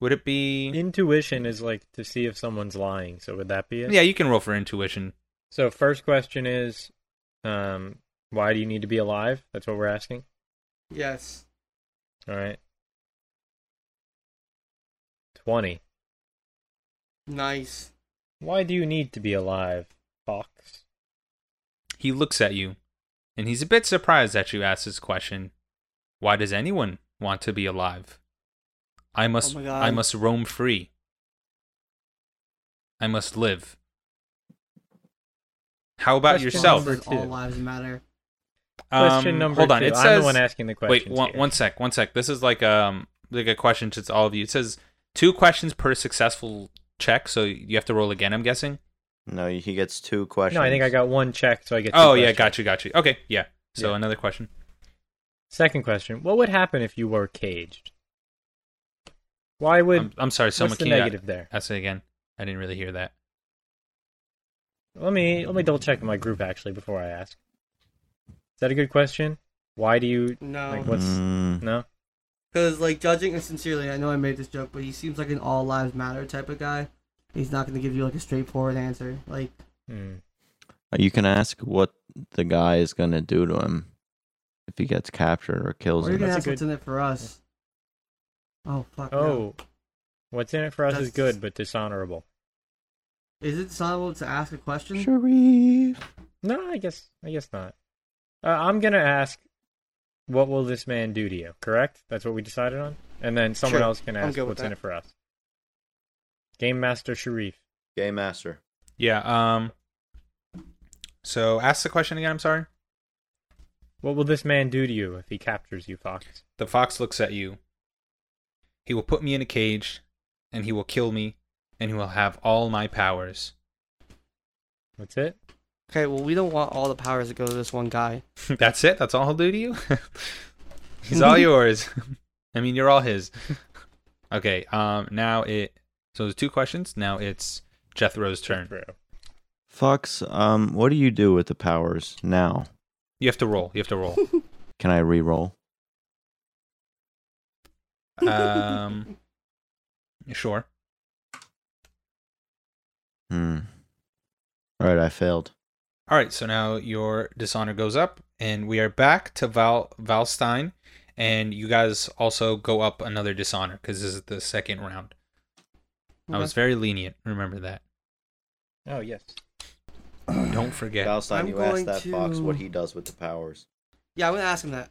B: would it be
D: Intuition is like to see if someone's lying. So would that be it?
B: yeah you can roll for intuition
D: So first question is, um, why do you need to be alive? That's what we're asking.
A: Yes.
D: All right. Twenty.
A: Nice.
D: Why do you need to be alive, fox?
B: he looks at you and he's a bit surprised that you asked this question Why does anyone want to be alive? I must
A: Oh my
B: I
A: God.
B: must roam free. I must live. How about
D: Question
B: yourself?
D: number
A: All
D: two.
A: lives matter.
D: Question
B: Um,
D: number
B: hold on.
D: two.
B: It
D: I'm
B: says,
D: the one asking the question.
B: Wait, one, one sec, one sec. This is like um like a question to all of you. It says two questions per successful check, so you have to roll again. I'm guessing.
C: No, he gets two questions.
D: No, I think I got one check, so I get. two
B: Oh yeah,
D: questions.
B: got you, got you. Okay, yeah. So
D: Yeah.
B: another question.
D: Second question: What would happen if you were caged? Why would?
B: I'm, I'm sorry, someone
D: what's the
B: can you
D: negative there?
B: ask it again. I didn't really hear that.
D: Let me let me double check in my group actually before I ask. Is that a good question? Why do you?
A: No.
D: Like, what's
C: Mm.
D: no?
A: Because, like, judging and sincerely, I know I made this joke, but he seems like an all lives matter type of guy. He's not going to give you, like, a straightforward answer. Like,
D: Hmm.
C: You can ask what the guy is gonna do to him if he gets captured or kills
A: or you
C: him.
A: can
D: that's a
A: ask what's
D: good-
A: in it for us. Oh, fuck. no.
D: Oh, what's in it for us
A: That's-
D: is good but dishonorable.
A: Is it dishonorable to ask a question?
C: Sharif.
D: No, I guess I guess not. Uh, I'm gonna ask, what will this man do to you? Correct. That's what we decided on, and then someone
A: Sure.
D: else can
A: I'm
D: ask
A: good with
D: what's in
A: that.
D: it for us. Game Master Sharif.
C: Game master.
B: Yeah. Um. So ask the question again. I'm sorry.
D: What will this man do to you if he captures you, Fox?
B: The fox looks at you. He will put me in a cage, and he will kill me, and he will have all my powers.
D: That's it.
A: Okay, well, we don't want all the powers to go to this one guy.
B: That's it. That's all he'll do to you. He's all yours. I mean, you're all his. Okay. Um. Now it. So there's two questions. Now it's Jethro's turn.
D: Jethro.
C: Fox, um, what do you do with the powers now?
B: You have to roll. You have to roll.
C: Can I re-roll?
B: Um. Sure.
C: Hmm. All right, I failed.
B: All right. So now your dishonor goes up, and we are back to Val Valstein, and you guys also go up another dishonor because this is the second round. I was very lenient. Remember that.
D: Oh yes.
B: Don't forget.
C: Valstein,
A: I'm
C: you asked
A: going
C: that fox
A: to-
C: what he does with the powers.
A: Yeah, I'm going to ask him that.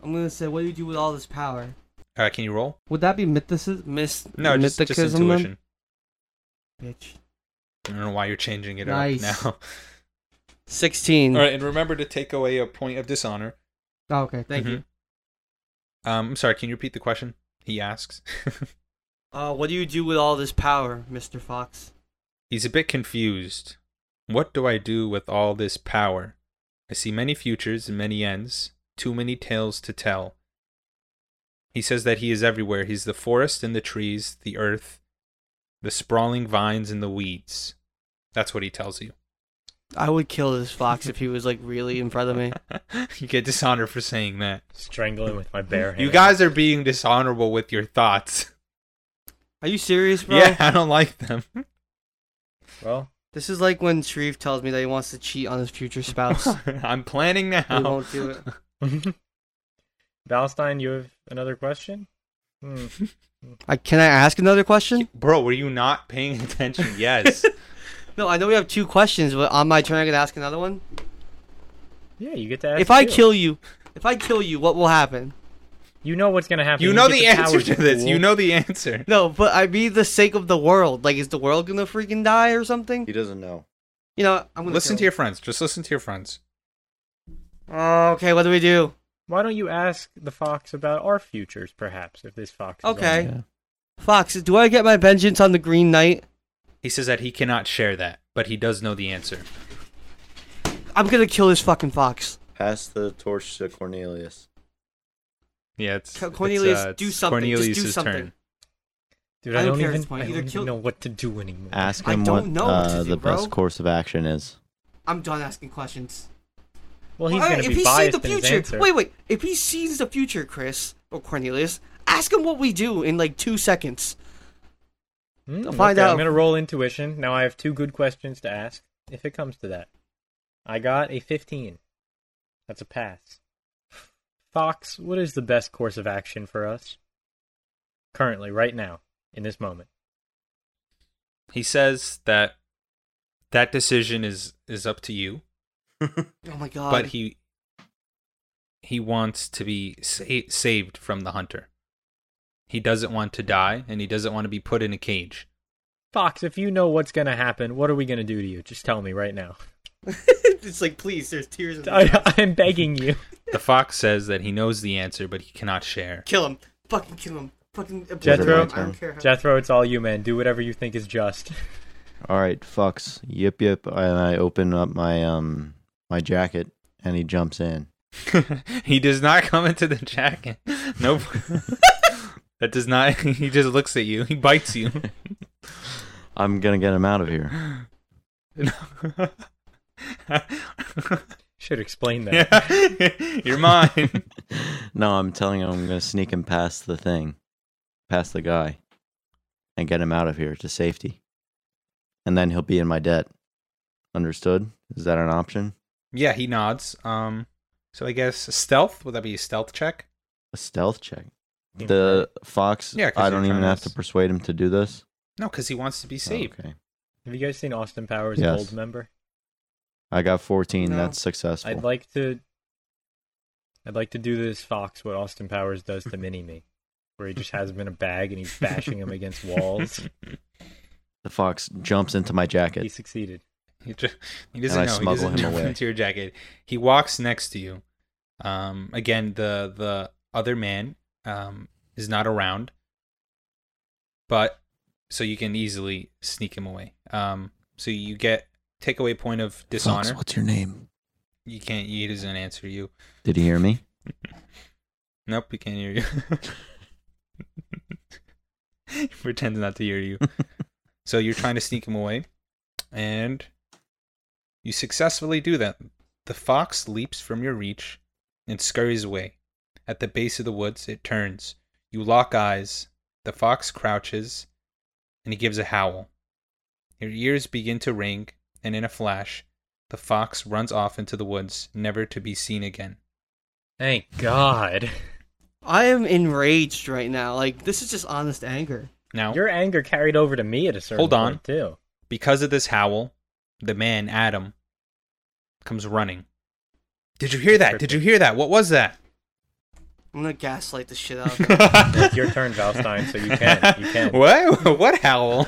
A: I'm going to say, what do you do with all this power?
B: All right. Can you roll?
A: Would that be mythicism? Mis-
B: No, just,
A: mythicism
B: just intuition.
A: Then? Bitch.
B: I don't know why you're changing it
A: Nice.
B: up
A: 16.
B: now. All right, and remember to take away a point of dishonor.
A: Oh, okay, thank
B: Mm-hmm.
A: you.
B: you. Um, I'm sorry. Can you repeat the question? He asks.
A: Uh, what do you do with all this power, Mr. Fox?
B: He's a bit confused. What do I do with all this power? I see many futures and many ends, too many tales to tell. He says that he is everywhere. He's the forest and the trees, the earth, the sprawling vines and the weeds. That's what he tells you.
A: I would kill this fox if he was, like, really in front of me.
B: you get dishonor for saying that.
D: Strangling with my bare hand.
B: You guys are being dishonorable with your thoughts.
A: Are you serious, bro?
B: Yeah, I don't like them.
D: Well,
A: This is like when Sharif tells me that he wants to cheat on his future spouse. we
B: I'm planning now.
A: won't do it.
D: Valstein, you have another question. Hmm.
A: I, can I ask another question?
B: Bro, were you not paying attention? Yes.
A: No, I know we have two questions, but on my turn, I can ask another one.
D: Yeah, you get to ask.
A: if I
D: too.
A: kill you, if I kill you, what will happen?
D: you know what's gonna happen.
B: you know
D: get
B: the answer
D: powers,
B: to this.
D: fool.
B: You know the answer.
A: No, but I mean the sake of the world. Like, is the world gonna freaking die or something?
C: He doesn't know.
A: You know, I'm gonna
B: Listen to
A: kill
B: your friends. Just listen to your friends.
A: him. Oh, okay, what do we do?
D: Why don't you ask the fox about our futures, perhaps, if this fox? is
A: Okay.
D: on?
C: Yeah.
A: Fox, do I get my vengeance on the Green Knight?
B: He says that he cannot share that, but he does know the answer.
A: I'm gonna kill this fucking fox.
C: Pass the torch to Cornelius.
B: Yeah, it's
A: Co- Cornelius, do something. Just do
B: Cornelius's
A: something.
B: turn.
D: Dude,
A: I
D: I
A: don't
D: don't
A: care at
D: even.
A: this point.
D: I
A: Either
D: don't
A: kill-
D: even know what to do anymore.
C: Ask
A: I
C: him
A: don't
C: what
A: know what to
C: uh,
A: do,
C: the
A: bro.
C: best course of action is.
A: I'm done asking questions.
D: Well, he's
A: All right,
D: gonna
A: if
D: be
A: he sees
D: biased
A: the
D: in his
A: future,
D: answer.
A: wait, wait. If he sees the future, Chris or Cornelius, ask him what we do in like two seconds.
D: Hmm,
A: They'll find
D: okay,
A: out.
D: I'm gonna roll intuition. Now I have two good questions to ask. If it comes to that, I got a 15. That's a pass. Fox, what is the best course of action for us currently, right now, in this moment?
B: He says that that decision is is up to you,
A: Oh my god.
B: but he he wants to be sa- saved from the hunter. He doesn't want to die, and he doesn't want to be put in a cage.
D: Fox, if you know what's gonna happen, what are we gonna do to you? Just tell me right now.
A: it's like, please, there's tears in the
D: I, I'm begging you.
B: The fox says that he knows the answer, but he cannot share.
A: Kill him. Fucking kill him. Fucking obliterate
D: Jethro?
A: him. I don't care how.
D: Jethro, it's all you, man. Do whatever you think is just.
C: All right, fucks. Yip yip. And I open up my um my jacket, and he jumps in.
B: he does not come into the jacket. Nope. that does not. He just looks at you. He bites you.
C: I'm gonna get him out of here.
B: No.
D: Should explain that.
B: yeah. You're mine.
C: No, I'm telling him I'm gonna sneak him past the thing, past the guy, and get him out of here to safety. And then he'll be in my debt. Understood? Is that an option?
B: Yeah, he nods. Um, so I guess stealth. Would that be a stealth check?
C: A stealth check. The fox.
B: Yeah, 'cause
C: I
B: you're
C: don't even
B: trying to
C: have to
B: s-
C: persuade him to do this.
B: No, because he wants to be
C: Oh,
B: saved.
C: okay.
D: Have you guys seen Austin Powers
C: Yes.
D: Gold Member?
C: I got 14.
A: No.
C: That's successful.
D: I'd like to. I'd like to do this Fox what Austin Powers does to Mini Me, where he just has him in a bag and he's bashing him against walls.
C: the fox jumps into my jacket.
D: He succeeded.
B: He, ju- he doesn't
C: I
B: know. He
C: smuggle
B: doesn't
C: him
B: jump
C: away.
B: into your jacket. He walks next to you. Um, again, the the other man um, is not around, but so you can easily sneak him away. Um, so you get takeaway point of dishonor.
C: what's your name?
B: you can't. He doesn't answer you.
C: Did he hear me?
B: Nope, he can't hear you. he pretends not to hear you. so you're trying to sneak him away, and you successfully do that. The fox leaps from your reach and scurries away. At the base of the woods, it turns. You lock eyes. The fox crouches, and he gives a howl. Your ears begin to ring, and in a flash, the fox runs off into the woods, never to be seen again.
D: Thank God.
A: I am enraged right now. Like, this is just honest anger.
B: Now,
D: Your anger carried over to me at a certain
B: Hold on.
D: point, too.
B: Because of this howl, the man, Adam, comes running. Did you hear that? Did you hear that? What was that?
A: I'm gonna gaslight the shit out of him.
D: It's your turn, Valstein, so you can. You can.
B: What? What howl?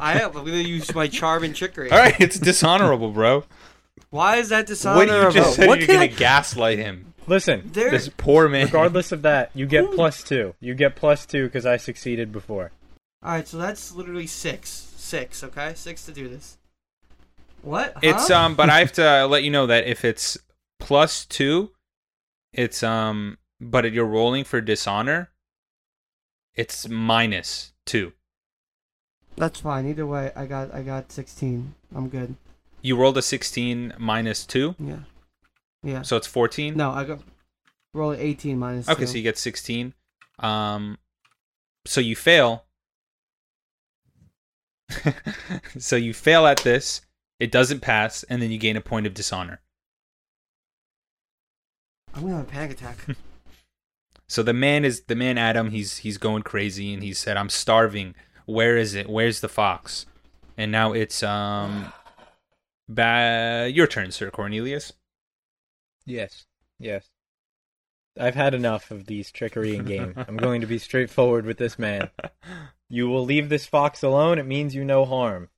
A: I am. I'm gonna use my charm and trickery.
B: All right, it's dishonorable, bro.
A: Why is that
B: what
A: dishonorable?
B: you just said,
A: what
B: you're
A: can
B: gonna
A: I-
B: gaslight him.
D: Listen,
A: There-
B: This poor man.
D: regardless of that, you get plus two. You get plus two because I succeeded before.
A: All right, so that's literally six, six. Okay, six to do this. What? Huh?
B: It's um, but I have to let you know that if it's plus two, it's um, but if you're rolling for dishonor, it's minus two.
A: That's fine. Either way, I got I got sixteen. I'm good.
B: You rolled a sixteen minus two,
A: Yeah, yeah.
B: so it's fourteen.
A: No, I got roll an eighteen minus.
B: Okay,
A: two.
B: so you get 16. Um, so you fail. so you fail at this. It doesn't pass, and then you gain a point of dishonor.
A: I'm gonna have a panic attack.
B: So the man is the man Adam. He's he's going crazy, and he said, "I'm starving. Where is it? Where's the fox?" And now it's um, ba- your turn, Sir Cornelius.
D: Yes. Yes. I've had enough of these trickery and game. I'm going to be straightforward with this man. You will leave this fox alone. It means you no harm.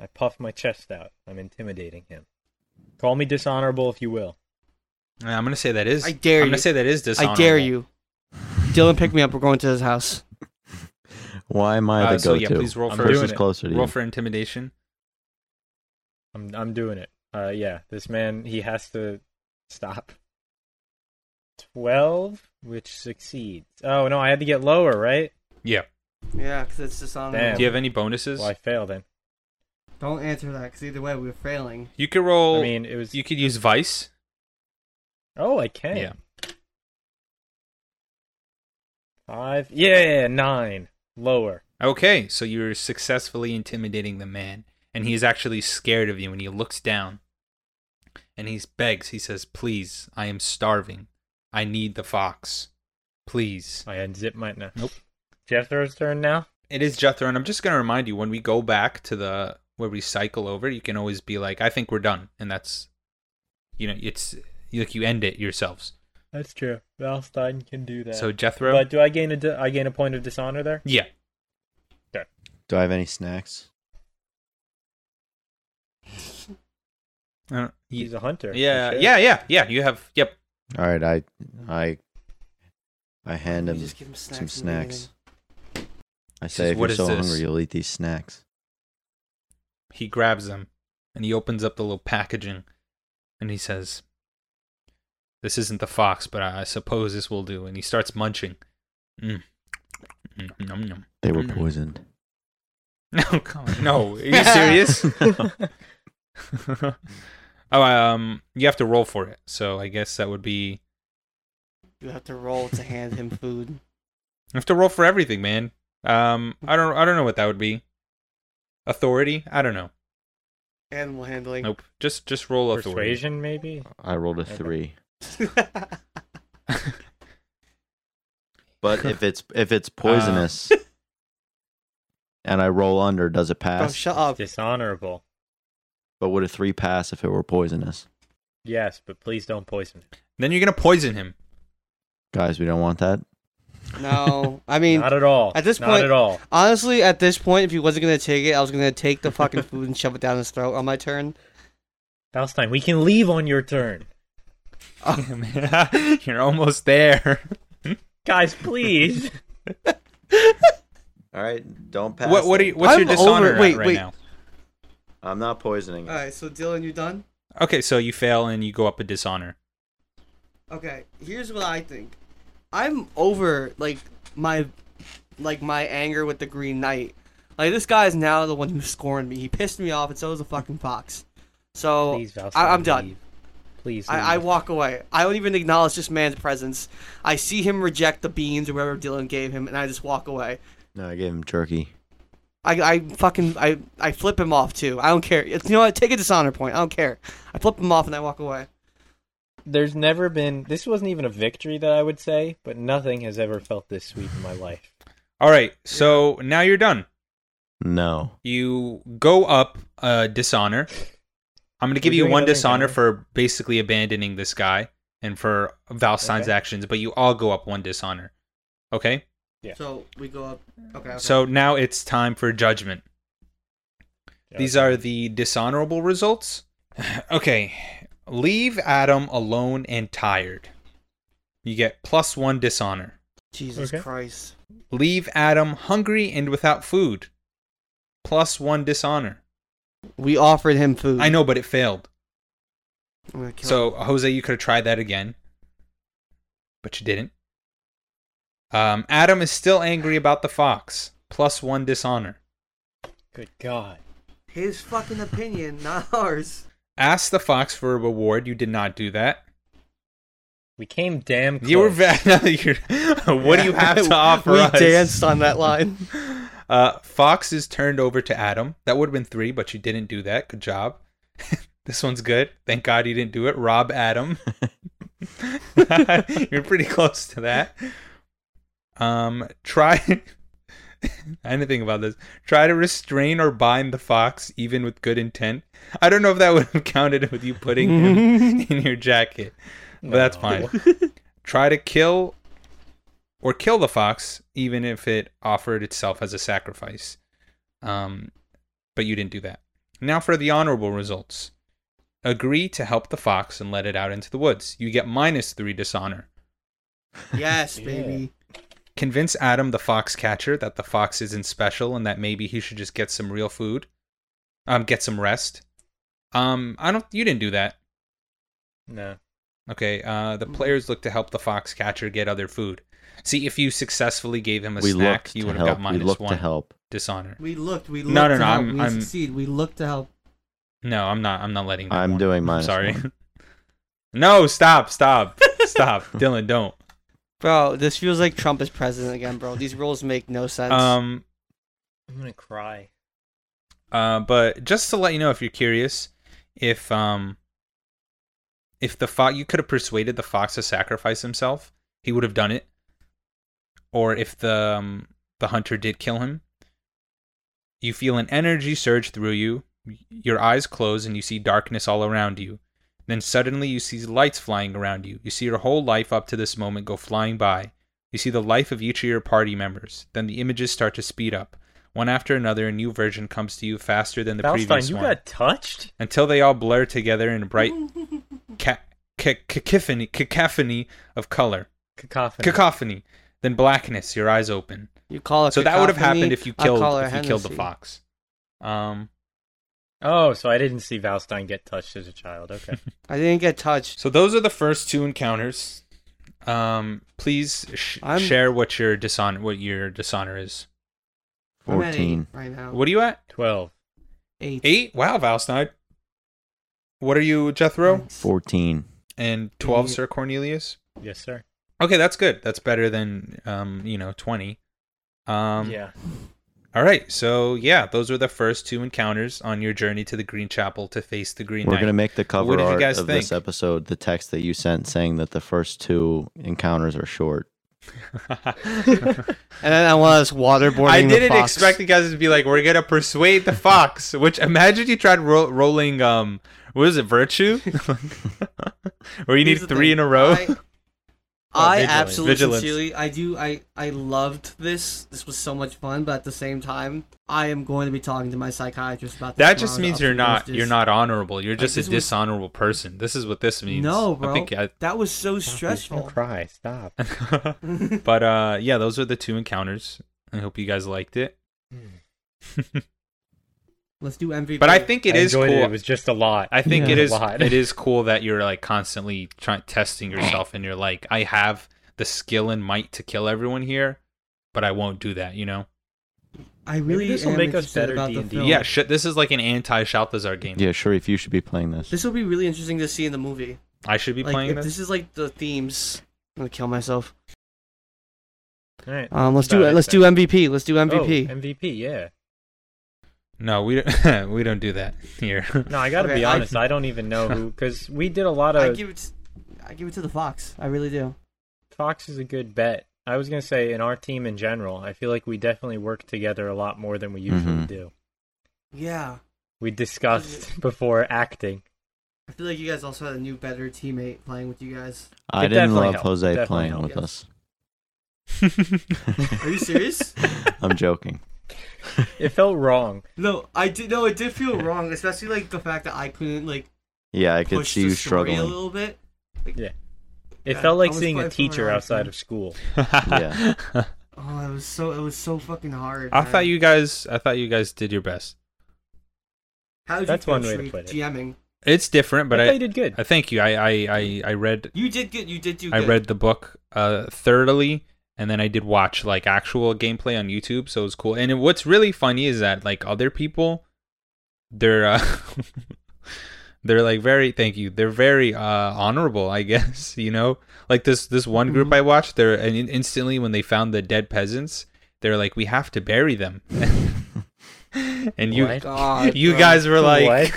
D: I puff my chest out. I'm intimidating him. Call me dishonorable if you will.
B: I'm gonna say that is.
A: I dare
B: I'm gonna
A: you.
B: say that is
A: I
B: dishonorable.
A: dare you, Dylan. Pick me up. We're going to his house.
C: Why am I
B: Uh,
C: the
B: so
C: go-to?
B: yeah, please roll
D: I'm
B: for
D: doing
C: Person's
D: it.
C: closer to
B: roll
C: you.
B: for intimidation.
D: I'm I'm doing it. Uh yeah, this man he has to stop. 12 which succeeds. Oh no, I had to get lower, right?
B: Yeah.
A: Yeah, because it's dishonorable.
D: Damn.
B: Do you have any bonuses?
D: Well, I failed then.
A: Don't answer that, because either way we're failing.
B: You could roll.
D: I mean, it was
B: you could use vice.
D: Oh, I can.
B: Yeah.
D: Five. Yeah, nine. Lower.
B: Okay, so you're successfully intimidating the man, and he is actually scared of you. And he looks down, and he begs. He says, "Please, I am starving. I need the fox. Please."
D: I unzip my no.
B: Nope.
D: Jethro's turn now.
B: It is Jethro, and I'm just gonna remind you when we go back to the where we cycle over, you can always be like, "I think we're done," and that's, you know, it's like you end it yourselves.
D: That's true. Valstein can do that.
B: So Jethro.
D: but do I gain a di- I gain a point of dishonor there?
B: yeah.
C: Do I have any snacks?
B: I don't- ye-
D: He's a hunter. for
B: yeah,
D: sure.
B: yeah, yeah, yeah. You have. Yep.
C: All right, I, I, I hand
A: You
C: him.
A: just give him snacks
C: some
A: in the beginning.
C: snacks. I
B: He
C: say,
B: says,
C: if
B: "What
C: you're
B: is
C: so
B: this?"
C: hungry, you'll eat these snacks.
B: He grabs them and he opens up the little packaging and he says, This isn't the fox, but I I suppose this will do. And he starts munching. Mm. Mm, Nom, nom.
C: They were
B: Mm.
C: poisoned.
B: No, come on. No. Are you serious? oh, um, you have to roll for it. So I guess that would be.
A: You have to roll to hand him food.
B: You have to roll for everything, man. Um, I don't, I don't know what that would be. Authority? I don't know.
A: Animal handling.
B: Nope. Just, just roll authority.
D: Persuasion, maybe.
C: I rolled a
D: Okay.
C: three. But if it's if it's poisonous, Uh. and I roll under, does it
A: Bro,
B: Oh,
C: pass?
A: shut up.
D: Dishonorable.
C: but would a three pass if it were poisonous?
D: Yes, but please don't poison it.
B: Then you're gonna poison him.
C: Guys, we don't want that.
A: No, I mean,
D: not at all.
A: at this
D: not
A: point-
D: at all.
A: honestly, at this point, if he wasn't gonna take it, I was gonna take the fucking food and shove it down his throat on my turn.
D: Valstein, we can leave on your turn,
B: Oh, you're almost there.
D: guys. Please.
C: All right, don't pass.
B: What what are
C: then.
B: you, what's your
A: I'm
B: dishonor
A: over-
B: at
A: wait,
B: right
A: wait.
B: now?
C: I'm not poisoning.
A: All
B: Uh.
C: it.
A: right, so Dylan, you done?
B: Okay, so you fail and you go up a dishonor.
A: Okay, here's what I think. I'm over like my like my anger with the Green Knight. Like this guy is now the one who scorned me. He pissed me off, and so is the fucking fox. So
D: please, Valstein.
A: I- I'm done.
D: leave. Please.
A: I, I
D: leave.
A: walk away. I don't even acknowledge this man's presence. I see him reject the beans or whatever Dylan gave him, and I just walk away.
C: No, I gave him jerky.
A: I, I fucking I, I flip him off too. I don't care. It's, you know what? Take a dishonor point. I don't care. I flip him off and I walk away.
D: there's never been this wasn't even a victory that I would say, but nothing has ever felt this sweet in my life.
B: All right, so now you're done.
C: No.
B: You go up a dishonor. I'm gonna give
D: We're
B: you
D: doing
B: one
D: another
B: dishonor
D: encounter.
B: for basically abandoning this guy and for Valstein's
D: Okay.
B: actions, but you all go up one dishonor. Okay?
D: Yeah.
A: So we go up. Okay. okay.
B: So now it's time for judgment. These are the dishonorable results. okay. Leave Adam alone and tired. You get plus one dishonor.
A: Jesus
D: Okay.
A: Christ.
B: Leave Adam hungry and without food. Plus one dishonor.
A: We offered him food.
B: I know, but it failed.
A: I'm gonna kill
B: So, uh, Jose, you could have tried that again, but you didn't. Um, Adam is still angry about the fox. Plus one dishonor.
D: good God.
A: his fucking opinion, not ours.
B: Ask the fox for a reward. You did not do that.
D: We came damn close.
B: You were va- now that you're, what do you have to offer
A: we
B: us?
A: danced on that line.
B: Uh, Fox is turned over to Adam. That would have been three, but you didn't do that. Good job. this one's good. Thank God you didn't do it. Rob Adam. You're pretty close to that. Um, try. I didn't think about this. Try to restrain or bind the fox, even with good intent. I don't know if that would have counted with you putting him in your jacket. But that's
D: No.
B: fine. Try to kill or kill the fox, even if it offered itself as a sacrifice. Um, but you didn't do that. Now for the honorable results. Agree to help the fox and let it out into the woods. You get minus three dishonor.
A: Yes,
D: Yeah.
A: baby.
B: Convince Adam, the fox catcher, that the fox isn't special and that maybe he should just get some real food. Um, get some rest. Um, I don't. You didn't do that.
D: No.
B: Okay. Uh,
C: Mm-hmm.
B: the players look to help the fox catcher get other food. See, if you successfully gave him a
C: We
B: snack,
C: looked
B: you
C: to
B: would have got
C: help. We
B: minus
C: looked
B: one
C: to help.
B: dishonor.
A: We looked. We
B: No,
A: looked
B: no,
A: to
B: no,
A: help.
B: I'm-
A: we
B: I'm-
A: succeed. We looked to help.
B: No, I'm not. I'm not letting. That
C: I'm
B: one.
C: doing minus
B: Sorry.
C: one.
B: no, stop, stop, stop, Dylan. Don't.
A: Bro, this feels like Trump is president again, bro. These rules make no sense.
B: Um.
D: I'm gonna cry.
B: Uh. But just to let you know, if you're curious, if um, if the fox, you could have persuaded the fox to sacrifice himself, he would have done it. Or if the um, the hunter did kill him, you feel an energy surge through you. Your eyes close and you see darkness all around you. Then suddenly you see lights flying around you. You see your whole life up to this moment go flying by. You see the life of each of your party members. Then the images start to speed up. One after another, a new version comes to you faster than the
D: Palestine,
B: previous
D: you
B: one.
D: got touched?
B: Until they all blur together in a bright ca- ca- cacophony, cacophony of color.
D: Cacophony.
B: Cacophony. Then blackness, your eyes open.
A: You call it.
B: So that would have
A: cacophony,
B: happened if you
A: I
B: killed
A: call it
B: if you killed the
A: Hennessy.
B: fox. Um
D: oh, so I didn't see Valstein get touched as a child. Okay.
A: I didn't get touched.
B: So those are the first two encounters. Um, please sh-
A: I'm-
B: share what your dishonor what your dishonor is.
A: I'm at eight
C: 14.
A: right now.
B: What are you at?
D: 12.
A: Eight.
B: Eight. Wow, Valstein. What are you,
A: Mm.
B: Jethro?
C: 14.
B: And twelve,
A: Eight.
B: Sir Cornelius.
D: Yes, sir.
B: Okay, that's good. That's better than um, you know, twenty. Um,
D: yeah.
B: All right. So yeah, those were the first two encounters on your journey to the Green Chapel to face the Green
C: We're
B: Knight.
C: gonna make the cover
B: did you
C: art
B: guys
C: of this
B: think?
C: episode the text that you sent saying that the first two encounters are short.
A: And then I was waterboarding.
B: I
A: the
B: didn't
A: fox.
B: expect you guys to be like, we're gonna persuade the fox. Which imagine you tried ro- rolling, um, what is it, virtue, where you
A: Here's
B: need
A: the
B: three
A: thing,
B: in a row.
A: I, I
D: vigilance.
A: absolutely
B: Vigilance.
A: sincerely, I do. I I loved this. This was so much fun, but at the same time, I am going to be talking to my psychiatrist about this
B: that just
A: tomorrow to
B: means you're
A: optimize
B: not
A: this.
B: you're not honorable. You're
A: Like,
B: just
A: this
B: a
A: was-
B: dishonorable person. This is what this means.
A: No, bro.
B: I think I,
A: That was so stressful.
D: Don't cry. Stop.
B: but uh, yeah, those are the two encounters. I hope you guys liked it.
A: Hmm. Let's do MVP.
B: But I think it
D: I
B: is cool.
D: enjoyed It. it was just a lot.
B: I think it
D: Yeah.
B: is
D: A lot.
B: it is cool that you're like constantly trying testing yourself and you're like I have the skill and might to kill everyone here, but I won't do that, you know.
A: I really
D: this will
A: am
D: make us
A: interested
D: better
A: about the
D: D&D.
A: film.
B: Yeah, shit, this is like an anti Shalthazar game.
C: Yeah, Sharif, you should be playing this.
A: This will be really interesting to see in the movie.
B: I should be
A: like,
B: playing
A: if
B: this.
A: this is like the themes. I'm gonna kill myself.
D: All right.
A: Um, let's
D: That's
A: do
D: about
A: it. Let's do
D: then.
A: MVP. Let's do MVP.
D: Oh, MVP, yeah.
B: No, we don't, we don't do that here.
D: No, I gotta
A: Okay,
D: be
A: I-
D: honest. I, don't even know who, because we did a lot
A: I
D: of.
A: give it. I give it to the fox. I really do.
D: Fox is a good bet. I was gonna say in our team in general, I feel like we definitely work together a lot more than we usually
B: Mm-hmm.
C: Mhm.
D: do.
A: Yeah.
D: We discussed before acting.
A: I feel like you guys also had a new, better teammate playing with you guys.
C: I
D: It
C: didn't
D: definitely
C: love
D: helped.
C: Jose
D: Definitely
C: playing
D: helped,
C: with
A: yes.
C: us.
A: Are you serious?
C: I'm joking.
D: It felt wrong.
A: no, I did. No, it did feel wrong, especially like the fact that I couldn't like
C: Yeah, I could
A: push
C: see
A: the
C: you
A: story a
C: struggling.
A: little bit. Like,
D: Yeah. It
A: Yeah,
D: felt
A: I
D: like
A: was
D: seeing a
A: quite familiar
D: teacher
A: with
D: outside
A: him.
D: of school.
B: yeah.
A: Oh, it was so. It was so fucking hard.
B: I
A: man.
B: thought you guys I thought you guys did your best.
A: How did
D: That's
A: you feel
D: one way to
A: Sharif,
D: put it.
A: GMing.
B: It's different, but
D: I
B: I,
D: thought you did good.
B: I thank you. I I I, I read
A: You did good. You did do.
B: I
A: good.
B: read the book uh, thoroughly, and then I did watch like actual gameplay on YouTube, so it was cool. And it- what's really funny is that like other people, they're uh, they're like very thank you. They're very uh, honorable, I guess. You know, like this this one group
A: Mhm.
B: I watched, they're and in- instantly when they found the dead peasants, they're like, we have to bury them. and you
D: What?
A: God,
B: you
A: bro.
B: guys were like,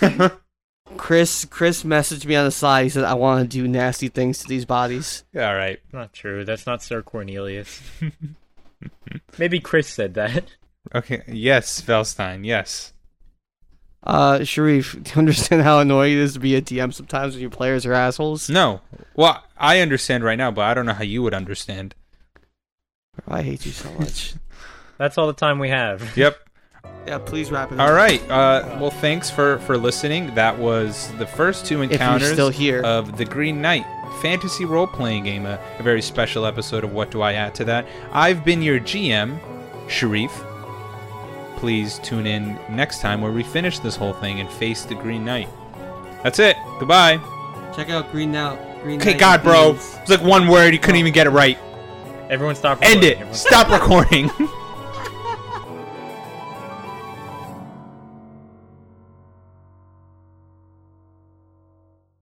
A: Chris. Chris messaged me on the side. He said, "I want to do nasty things to these bodies."
B: all right,
D: Not true. That's not Sir Cornelius. Maybe Chris said that.
B: okay, yes, Felstein, yes.
A: Uh, Sharif, do you understand how annoying it is to be a DM sometimes when your players are assholes?
B: No. Well, I understand right now, but I don't know how you would understand.
A: I hate you so much.
D: That's all the time we have.
B: Yep.
A: yeah, please wrap it up.
B: All right. Uh, well, thanks for for listening. That was the first two
A: If you're
B: encounters
A: still here.
B: of the Green Knight fantasy role playing game, a, a very special episode of What Do I Add to That? I've been your GM, Sharif. Please tune in next time where we finish this whole thing and face the Green Knight. That's it. Goodbye.
A: Check out Green Now. Green
B: Okay,
A: Knight
B: God, bro.
A: Beans.
B: It's like one word. You couldn't even get it right.
D: Everyone stop.
B: End
D: recording.
B: it.
D: Everyone
B: Stop recording.